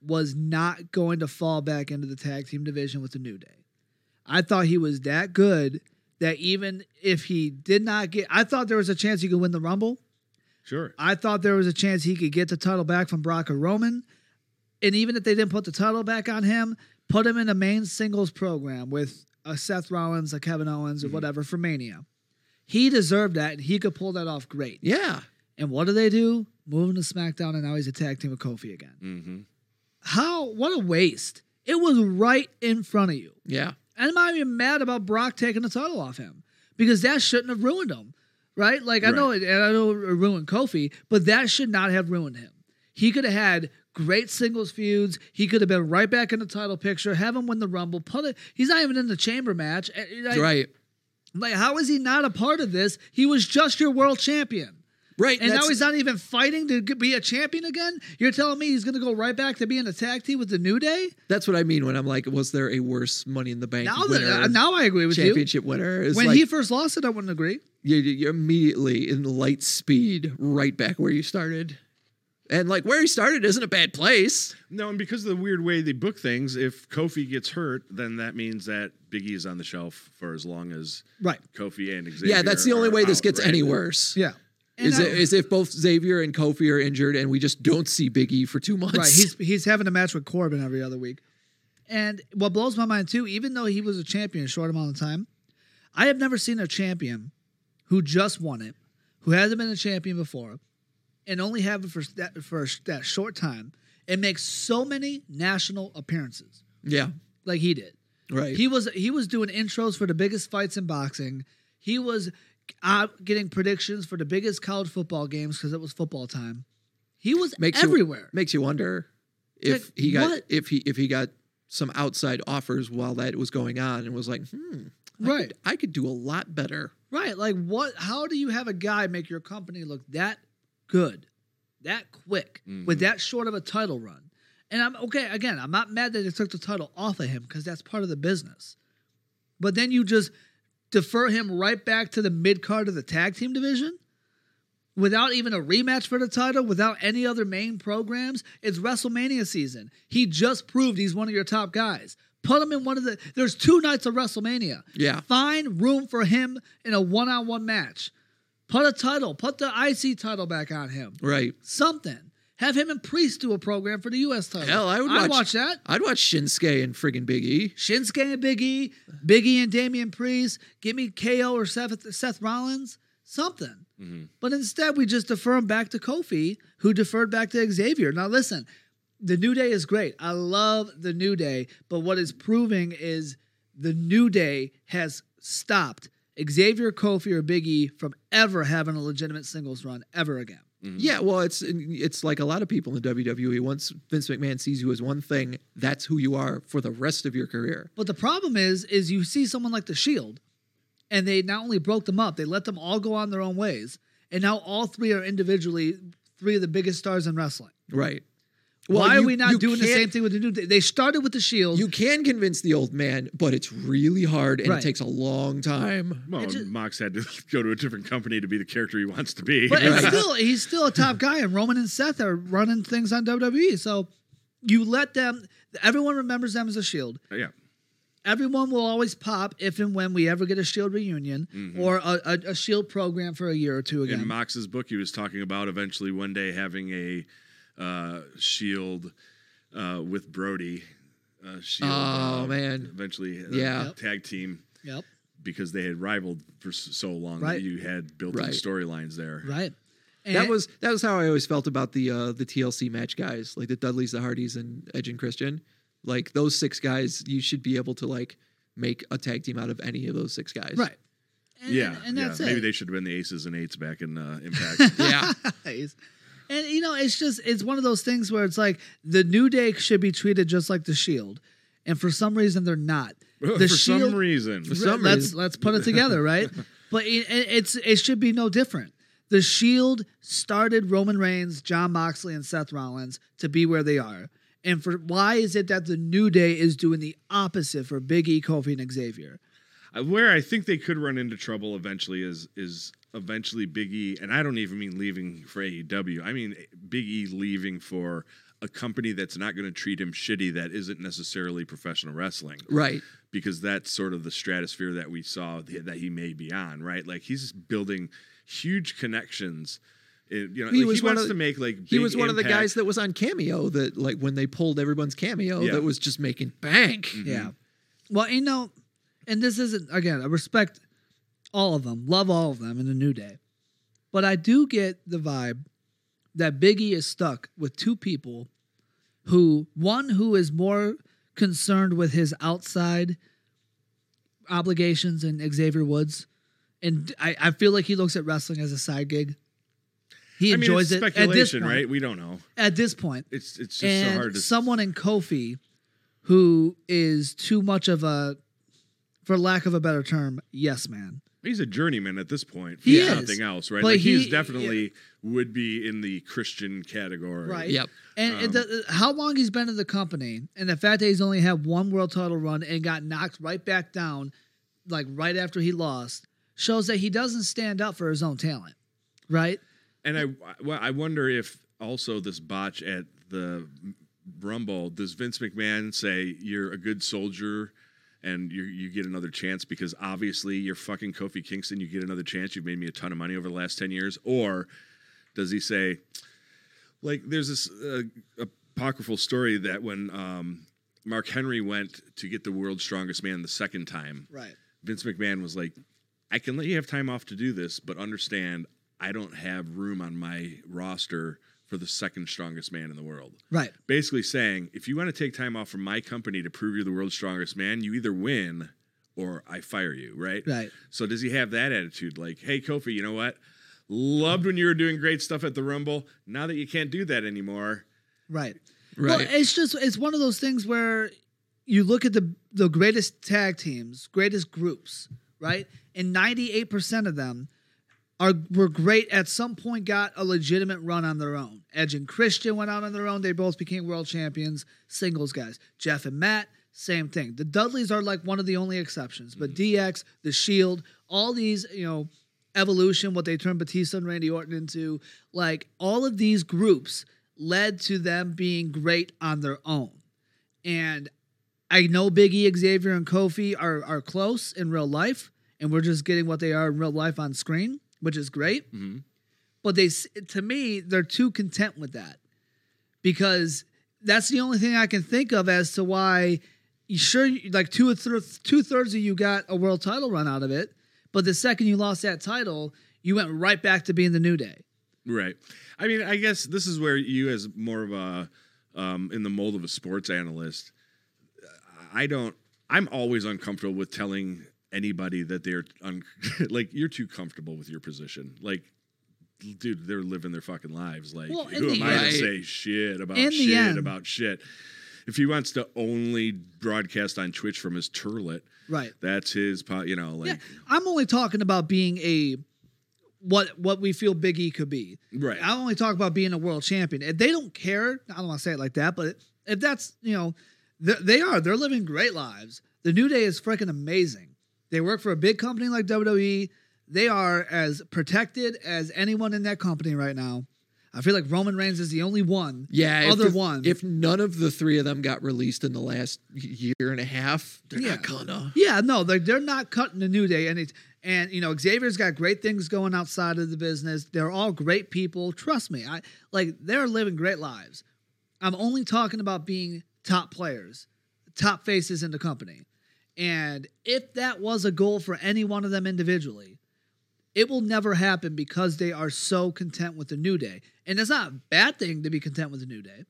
was not going to fall back into the tag team division with the New Day. I thought he was that good that even if he did not get, I thought there was a chance he could win the Rumble.
Sure.
I thought there was a chance he could get the title back from Brock or Roman. And even if they didn't put the title back on him, put him in a main singles program with a Seth Rollins, a Kevin Owens, or whatever for Mania. He deserved that and he could pull that off great.
Yeah.
And what do they do? Move him to SmackDown and now he's a tag team with Kofi again.
Mm-hmm.
How what a waste. It was right in front of you.
Yeah.
And I'm not even mad about Brock taking the title off him because that shouldn't have ruined him, right? Like I know, it, and I know it ruined Kofi, but that should not have ruined him. He could have had great singles feuds. He could have been right back in the title picture. Have him win the Rumble. Put it. He's not even in the Chamber match. Eh, eh, Like,
right.
Like how is he not a part of this? He was just your world champion.
Right.
And now
that's-
he's not even fighting to g- be a champion again. You're telling me he's going to go right back to being a tag team with the New Day?
that's what I mean when I'm like, was there a worse Money in the Bank
Now that
winner?
now I agree with you.
championship winner is
When
like
he first lost it, I wouldn't agree.
you're, you're immediately in light speed right back where you started, and like where he started isn't a bad place.
No, and because of the weird way they book things, if Kofi gets hurt, then that means that Biggie is on the shelf for as long as
Right.
Kofi and Xavier.
Yeah, that's the only
are
way this
out,
gets
right?
any worse.
Yeah. And
Is,
I-
it, is if both Xavier and Kofi are injured and we just don't see Big E for two months.
right. He's he's having a match with Corbin every other week. And what blows my mind too, even though he was a champion a short amount of time, I have never seen a champion who just won it, who hasn't been a champion before, and only have it for that for that short time, and make so many national appearances
yeah.
like he did.
Right.
He was he was doing intros for the biggest fights in boxing. He was uh, getting predictions for the biggest college football games because it was football time. He was
Makes you-
everywhere.
makes you wonder if
Like,
he got
what?
if he if he got some outside offers while that was going on and was like, hmm, I
right,
could, I could do a lot better.
right. Like what? How do you have a guy make your company look that good, that quick, with that short of a title run? And I'm okay. Again, I'm not mad that they took the title off of him because that's part of the business. But then you just defer him right back to the mid card of the tag team division without even a rematch for the title, without any other main programs. It's WrestleMania season. He just proved he's one of your top guys. Put him in one of the. There's two nights of WrestleMania.
Yeah.
Find room for him in a one on one match. Put a title, put the IC title back on him.
Right.
Something. Have him and Priest do a program for the U.S. title.
Hell, I would
I'd
watch,
watch that.
I'd watch Shinsuke and friggin' Big E.
Shinsuke and Big E, Big E and Damian Priest. Give me KO or Seth, Seth Rollins, something. But instead, we just defer him back to Kofi, who deferred back to Xavier. Now, listen, the New Day is great. I love the New Day, but what it's proving is the New Day has stopped Xavier, Kofi, or Big E from ever having a legitimate singles run ever again.
Yeah, well, it's it's like a lot of people in WWE. E, Once Vince McMahon sees you as one thing, that's who you are for the rest of your career.
But the problem is, is you see someone like the Shield, and they not only broke them up, they let them all go on their own ways, and now all three are individually three of the biggest stars in wrestling.
Right.
Why are
you-
we not
you
doing the
can't-
same thing with the new? Day? They started with the Shield.
You can convince the old man, but it's really hard and
Right.
it takes a long time.
Well,
It just-
Mox had to go to a different company to be the character he wants to be.
but it's still, he's still a top guy, and Roman and Seth are running things on WWE. So you let them. Everyone remembers them as a Shield.
yeah.
everyone will always pop if and when we ever get a shield reunion
Mm-hmm.
or a, a, a shield program for a year or two again.
In Mox's book, he was talking about eventually one day having a uh, shield uh, with Brody. Uh, shield,
Oh,
uh,
man.
Eventually, uh,
Yeah.
tag team
yep.
because they had rivaled for s- so long
Right.
that you had built-in
Right.
storylines there.
Right. And
That was that was how I always felt about the uh, the TLC match guys, like the Dudleys, the Hardys, and Edge and Christian. Like those six guys, you should be able to like make a tag team out of any of those six guys.
right. And,
Yeah,
And that's
yeah.
it.
Maybe they should have been the aces and eights back in uh, Impact.
Yeah.
guys. And you know, it's just it's one of those things where it's like the New Day should be treated just like the Shield, and for some reason they're not.
for
The
some reason,
some reason.
let's let's put it together, right? but it, it- it's it should be no different. The Shield started Roman Reigns, John Moxley, and Seth Rollins to be where they are. And for why is it that the New Day is doing the opposite for Big E, Kofi, and Xavier?
Uh, where I think they could run into trouble eventually is is eventually Big E, and I don't even mean leaving for AEW. I mean Big E leaving for a company that's not going to treat him shitty. That isn't necessarily professional wrestling,
Right.
because that's sort of the stratosphere that we saw th- that he may be on. Right, like he's building huge connections. It- you know,
He
like, he,
was one
wants
of-
to make like
He
big
was one of the
impact-
guys that was on Cameo that like when they pulled everyone's Cameo
Yeah.
that was just making bank.
Yeah. Well, you know, and this isn't again. I respect all of them, love all of them in the New Day, but I do get the vibe that Biggie is stuck with two people who one who is more concerned with his outside obligations and Xavier Woods, and I, I feel like he looks at wrestling as a side gig. He
I mean, it's
enjoys it at this
speculation,
point.
right? We don't know.
At this point,
It's it's just
and
so hard to
someone in Kofi who is too much of a, for lack of a better term, yes man.
He's a journeyman at this point.
He
He's
is.
nothing else, right?
But
like he's
he-
definitely would be in the Christian category.
Right.
Yep.
And and
Um,
the, uh, how long he's been in the company, and the fact that he's only had one world title run and got knocked right back down, like right after he lost, shows that he doesn't stand up for his own talent, right?
And I well, I wonder if also this botch at the Rumble, does Vince McMahon say you're a good soldier and you you get another chance because obviously you're fucking Kofi Kingston, you get another chance. You've made me a ton of money over the last 10 years or does he say like there's this uh, apocryphal story that when um Mark Henry went to get the world's strongest man the second time.
Right.
Vince McMahon was like, I can let you have time off to do this, but understand I don't have room on my roster for the second strongest man in the world.
Right.
Basically saying, if you want to take time off from my company to prove you're the world's strongest man, you either win or I fire you, right?
Right.
So does he have that attitude like, hey, Kofi, you know what? Loved when you were doing great stuff at the Rumble. Now that you can't do that anymore,
Right.
Right.
Well, it's just it's one of those things where you look at the the greatest tag teams, greatest groups, right? And 98% of them are were great at some point got a legitimate run on their own. Edge and Christian went out on their own. They both became world champions, singles guys. Jeff and Matt, same thing. The Dudleys are like one of the only exceptions, but DX, The Shield, all these, you know, evolution, what they turned Batista and Randy Orton into, like all of these groups led to them being great on their own. And I know Big E, Xavier, and Kofi are are close in real life, and we're just getting what they are in real life on screen. which is great.
Mhm.
But they, s- to me, they're too content with that because that's the only thing I can think of as to why. You sure, you- like two or th- two thirds of you got a world title run out of it, but the second you lost that title, you went right back to being the New Day.
Right. I mean, I guess this is where you, as more of a, um, in the mold of a sports analyst, I don't. I'm always uncomfortable with telling anybody that they're un- like you're too comfortable with your position. Like, dude, they're living their fucking lives. Like,
Well, in
who
the
am I
end-
to say shit about
In the
shit
end-
about shit? If he wants to only broadcast on Twitch from his turlet,
Right.
that's his. Po- you know, like
yeah, I'm only talking about being a what what we feel Big E could be.
right.
I only talk about being a world champion. If they don't care, I don't want to say it like that, but if that's you know, th- they are they're living great lives. The New Day is freaking amazing. They work for a big company like WWE. They are as protected as anyone in that company right now. I feel like Roman Reigns is the only one.
Yeah, if
other
the-
one.
If none of the three of them got released in the last year and a half, they're
Yeah.
not gonna.
Yeah, no, they're they're not cutting the new day, and it, and you know Xavier's got great things going outside of the business. They're all great people. Trust me, I like they're living great lives. I'm only talking about being top players, top faces in the company, and if that was a goal for any one of them individually, it will never happen because they are so content with the new day, and it's not a bad thing to be content with the new day,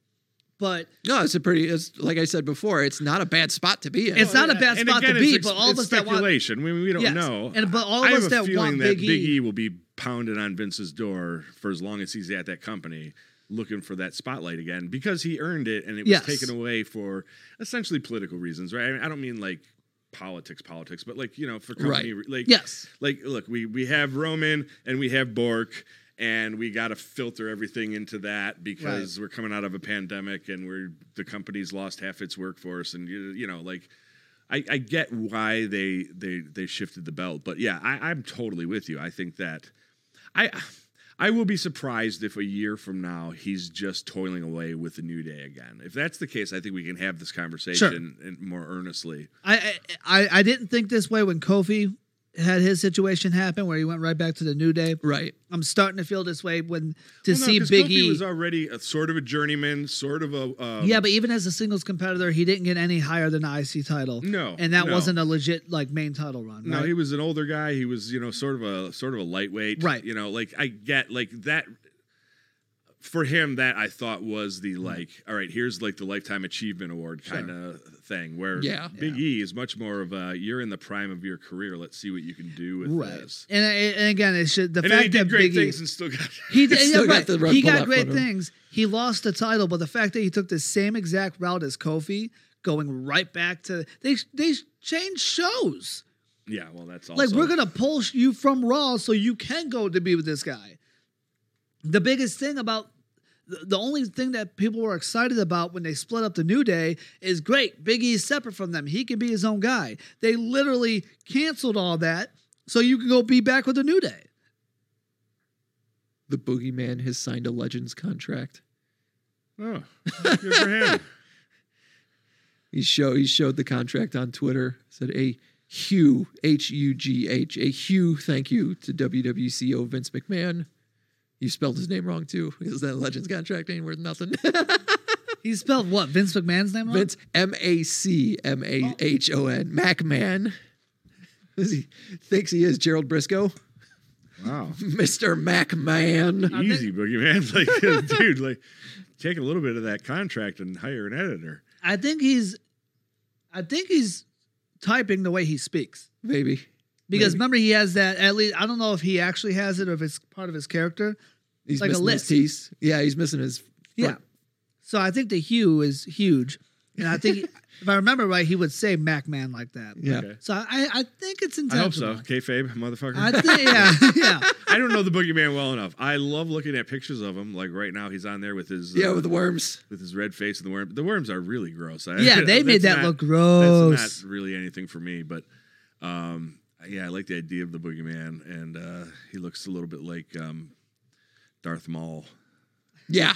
but
No, it's a pretty. It's like I said before. It's not a bad spot to be in.
It's not a bad
And
spot
again,
to
it's
be,
ex-
but all of
it's
us that want
speculation. We, we don't
Yes.
know.
And- but all of
I have
us
a
that
feeling
want
that
Big E-
will be pounded on Vince's door for as long as he's at that company, looking for that spotlight again because he earned it and it was
Yes.
taken away for essentially political reasons, right? I, mean, I don't mean like politics, politics, but like you know, for company,
Right.
like
Yes.
like look, we we have Roman and we have Bork. And we got to filter everything into that because we're coming out of a pandemic and we're the company's lost half its workforce and you, you know like I, I get why they they they shifted the belt, but yeah, I, I'm totally with you. I think that I I will be surprised if a year from now he's just toiling away with the new day again. If that's the case, I think we can have this conversation and more earnestly.
I, I I- I didn't think this way when Kofi had his situation happen where he went right back to the New Day.
right.
I'm starting to feel this way when to
Well, no,
see
'cause
Big
Kofi
E.
was already a, sort of a journeyman, sort of a um,
yeah, but even as a singles competitor, he didn't get any higher than the IC title.
No,
and that
no.
wasn't a legit like main title run.
No,
right?
he was an older guy. He was, you know, sort of a sort of a lightweight.
Right.
You know, like I get like that for him that I thought was the
Mm-hmm.
like, all right, here's like the lifetime achievement award kind of thing where
Yeah.
Big E is much more of a you're in the prime of your career. Let's see what you can do with
right.
this.
And, and again, it should the
And
fact
then he did
that Big
great
E-
things and still got
He did,
Still
yeah,
got
right.
the rug
he
pulled
got
out
great
from him.
things. He lost the title, but the fact that he took the same exact route as Kofi, going right back to they they changed shows.
Yeah, well that's also
Like we're gonna pull sh- you from Raw so you can go to be with this guy. The biggest thing about the the only thing that people were excited about when they split up the New Day is great. Big E's separate from them. He can be his own guy. They literally canceled all that so you can go be back with the New Day.
The boogeyman has signed a Legends contract.
Oh, good for him.
He show he showed the contract on Twitter. Said a hue h u g h a hue thank you to WWCO Vince McMahon. You spelled his name wrong too because that Legends contract ain't worth nothing.
He spelled what Vince McMahon's name wrong.
Vince M A C M A H O N MacMan. Is he thinks he is Gerald Briscoe,
Wow.
Mister MacMan.
Easy, boogeyman. Like dude, like take a little bit of that contract and hire an editor.
I think he's, I think he's typing the way he speaks.
Maybe
Because remember, he has that. At least I don't know if he actually has it or if it's part of his character.
he's
Like a
missing
list.
his teeth. Yeah, he's missing his.
Yeah. So I think the hue is huge, and I think if I remember right, he would say "Mac Man" like that.
Yeah.
Okay.
So I, I think it's
I hope
intentional.
so. Kayfabe, motherfucker.
I think yeah, yeah.
I don't know the boogeyman well enough. I love looking at pictures of him. Like right now, he's on there with his
Yeah,
uh,
with the worms.
with his red face and the worm. The worms are really gross. I-
Yeah, they made
that's
that
not-
look gross.
That's not really anything for me, but um, yeah, I like the idea of the boogeyman, and uh, he looks a little bit like um, Darth Maul.
Yeah.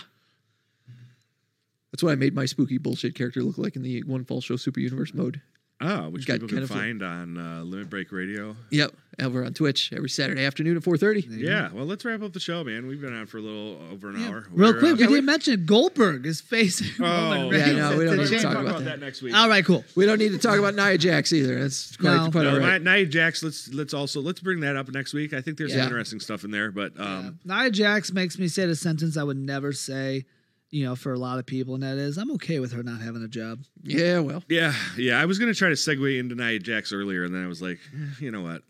That's what I made my spooky bullshit character look like in the One Fall Show Super Universe mode.
Ah, which
Got
people
kind
can
of a-
find on uh, Limit Break Radio.
Yep. over on Twitch every Saturday afternoon at 4:30.
Yeah. Well, let's wrap up the show, man. We've been on for a little over an hour.
Real
We're,
quick, we
Uh,
didn't mention Goldberg is facing Roman
oh,
Reigns.
Yeah, no, we don't
at the
need to
can't
Chamber.
talk about
that.
that.
next week.
All right, cool.
We don't need to talk about Nia Jax either. That's quite,
No.
quite
No,
all right.
Ni- Nia Jax, let's let's also let's bring that up next week. I think there's some
Yeah.
interesting stuff in there, but um,
Uh, Nia Jax makes me say the sentence I would never say, you know, for a lot of people, and that is, I'm okay with her not having a job.
Yeah, well,
yeah, yeah. I was gonna try to segue into Nia Jax earlier, and then I was like, eh, you know what?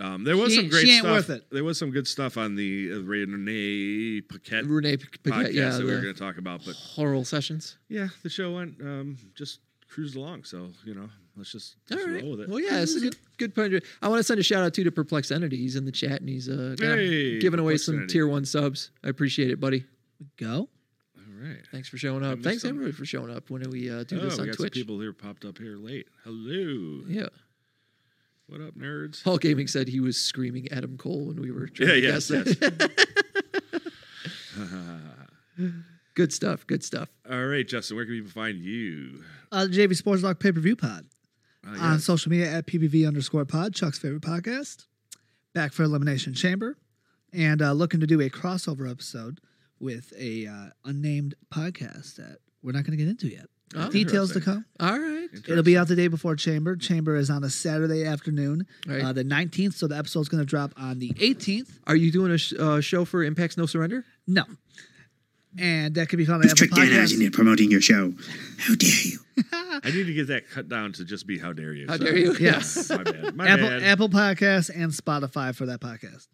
Um, there was
She-
some great
she ain't
stuff.
worth it.
There was some good stuff on the uh, Renee Paquette
Renee Paquette,
podcast
yeah,
that we were
the
gonna talk about, but
Horrible sessions.
yeah, the show went um, just cruised along. So you know, let's just, just
All right.
roll with it.
Well, yeah, it's a good good point. of view. I want to send a shout out too to Perplex Entity. He's in the chat and he's uh, got-
Hey,
giving away
Perplex
some
Entity.
tier one subs. I appreciate it, buddy.
Go.
All right.
Thanks for showing up.
missed
Thanks
some.
everybody for showing up when we uh, do
Oh, we
this on
got some
Twitch.
people here popped up here late. Hello.
Yeah,
What up, nerds?
Paul Gaming said he was screaming Adam Cole when we were trying
Yeah,
to
yes,
guess
yes.
that. good stuff. Good stuff.
All right, Justin, where can people find you?
Uh, JV Sports Lock pay per view pod
Oh, yeah.
on social media at PPV underscore pod, Chuck's favorite podcast, back for Elimination Chamber, and uh, looking to do a crossover episode with a uh, unnamed podcast that we're not going to get into yet.
Oh,
Details to come.
interesting.
All right.
It'll be out the day before Chamber. Chamber is on a Saturday afternoon,
Right.
uh, the 19th. So the episode's going to drop on the 18th.
Are you doing a sh- uh, show for Impact's No Surrender?
No. And that can be found on
Let's
Apple
trick Dan
Podcasts.
House into promoting your show. How dare you?
I need to get that cut down to just be how dare you.
How
So-
dare you?
Yes.
My bad. My
Apple,
bad.
Apple Podcasts and Spotify for that podcast.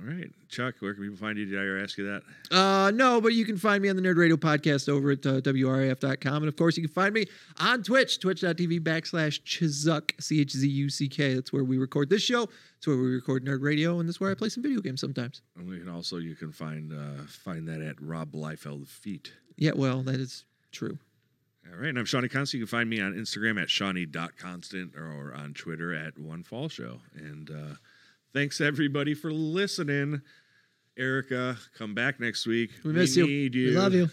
All right, Chuck, where can people find you? Did I already ask you that?
Uh, no, but you can find me on the Nerd Radio podcast over at uh, WRAF.com. And of course, you can find me on Twitch, twitch.tv backslash Chizuck, C H Z U C K. That's where we record this show. It's where we record Nerd Radio, and that's where I play some video games sometimes.
And we can also you can find uh, find that at Rob Liefeld feet.
Yeah, well, that is true.
All right, and I'm Shawnee Constant. You can find me on Instagram at Shawnee.constant or on Twitter at One Fall Show. And uh, thanks everybody for listening. Erica, come back next week.
We miss you.
Need you.
We love you.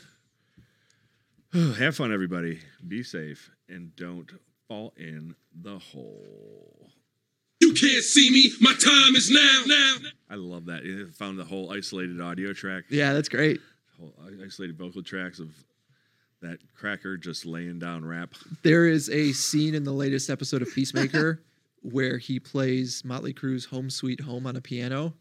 Have fun, everybody. Be safe and don't fall in the hole.
You can't see me. My time is now. Now.
I love that. It found the whole isolated audio track,
Yeah, that's great.
whole i- isolated vocal tracks of that cracker just laying down rap.
There is a scene in the latest episode of Peacemaker where he plays Motley Crue's Home Sweet Home on a piano.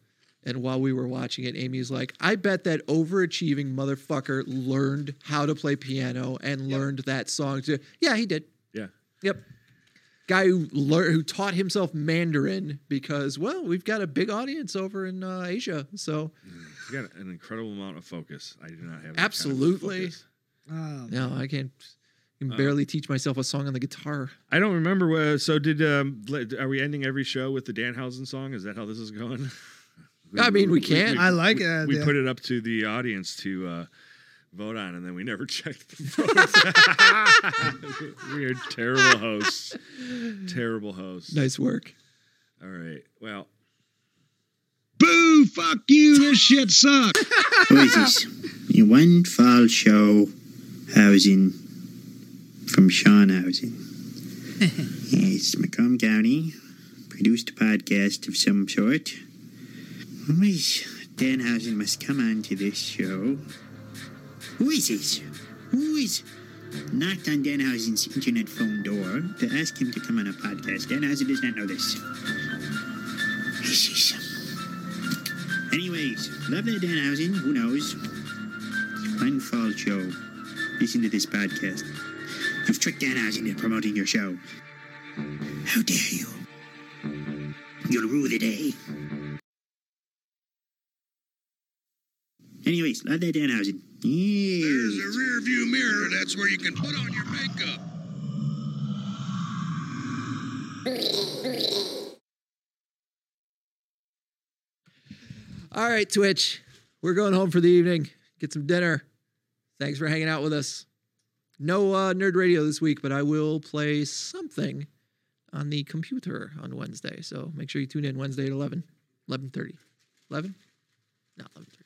And while we were watching it, Amy's like, I bet that overachieving motherfucker learned how to play piano and learned that song too. Yeah, he did.
Yeah.
Yep. Guy who learned, who taught himself Mandarin because, well, we've got a big audience over in uh, Asia. So,
He's got an incredible amount of focus. I do not have that kind of
Absolutely.
focus.
Um,
no, I can't, can barely teach myself a song on the guitar.
I don't remember. What, so did um, le- are we ending every show with the Danhausen song? Is that how this is going?
I mean, we can.
I like it.
we
yeah.
put it up to the audience to uh, vote on, and then we never checked the votes. we are terrible hosts. Terrible hosts.
Nice work.
All right. Well,
Boo! Fuck you! This shit sucks. Oasis, your one fall show housing from Sean Housing. yes, Macomb County produced a podcast of some sort. Always Dan Housing must come on to this show. Who is this? Who is knocked on Dan Housing's internet phone door to ask him to come on a podcast? Dan Housing does not know this. This is Anyways, love that Dan Housing. Who knows? One fall show. Listen to this podcast. You've tricked Dan Housing into promoting your show. How dare you? You'll rue the day. Anyways, love that Dan Housing.
There's
Yeah.
a rear view mirror. That's where you can put on your makeup.
All right, Twitch. We're going home for the evening. Get some dinner. Thanks for hanging out with us. No uh, nerd radio this week, but I will play something on the computer on Wednesday. So make sure you tune in Wednesday at 11, 11.30. 11? Not 11.30.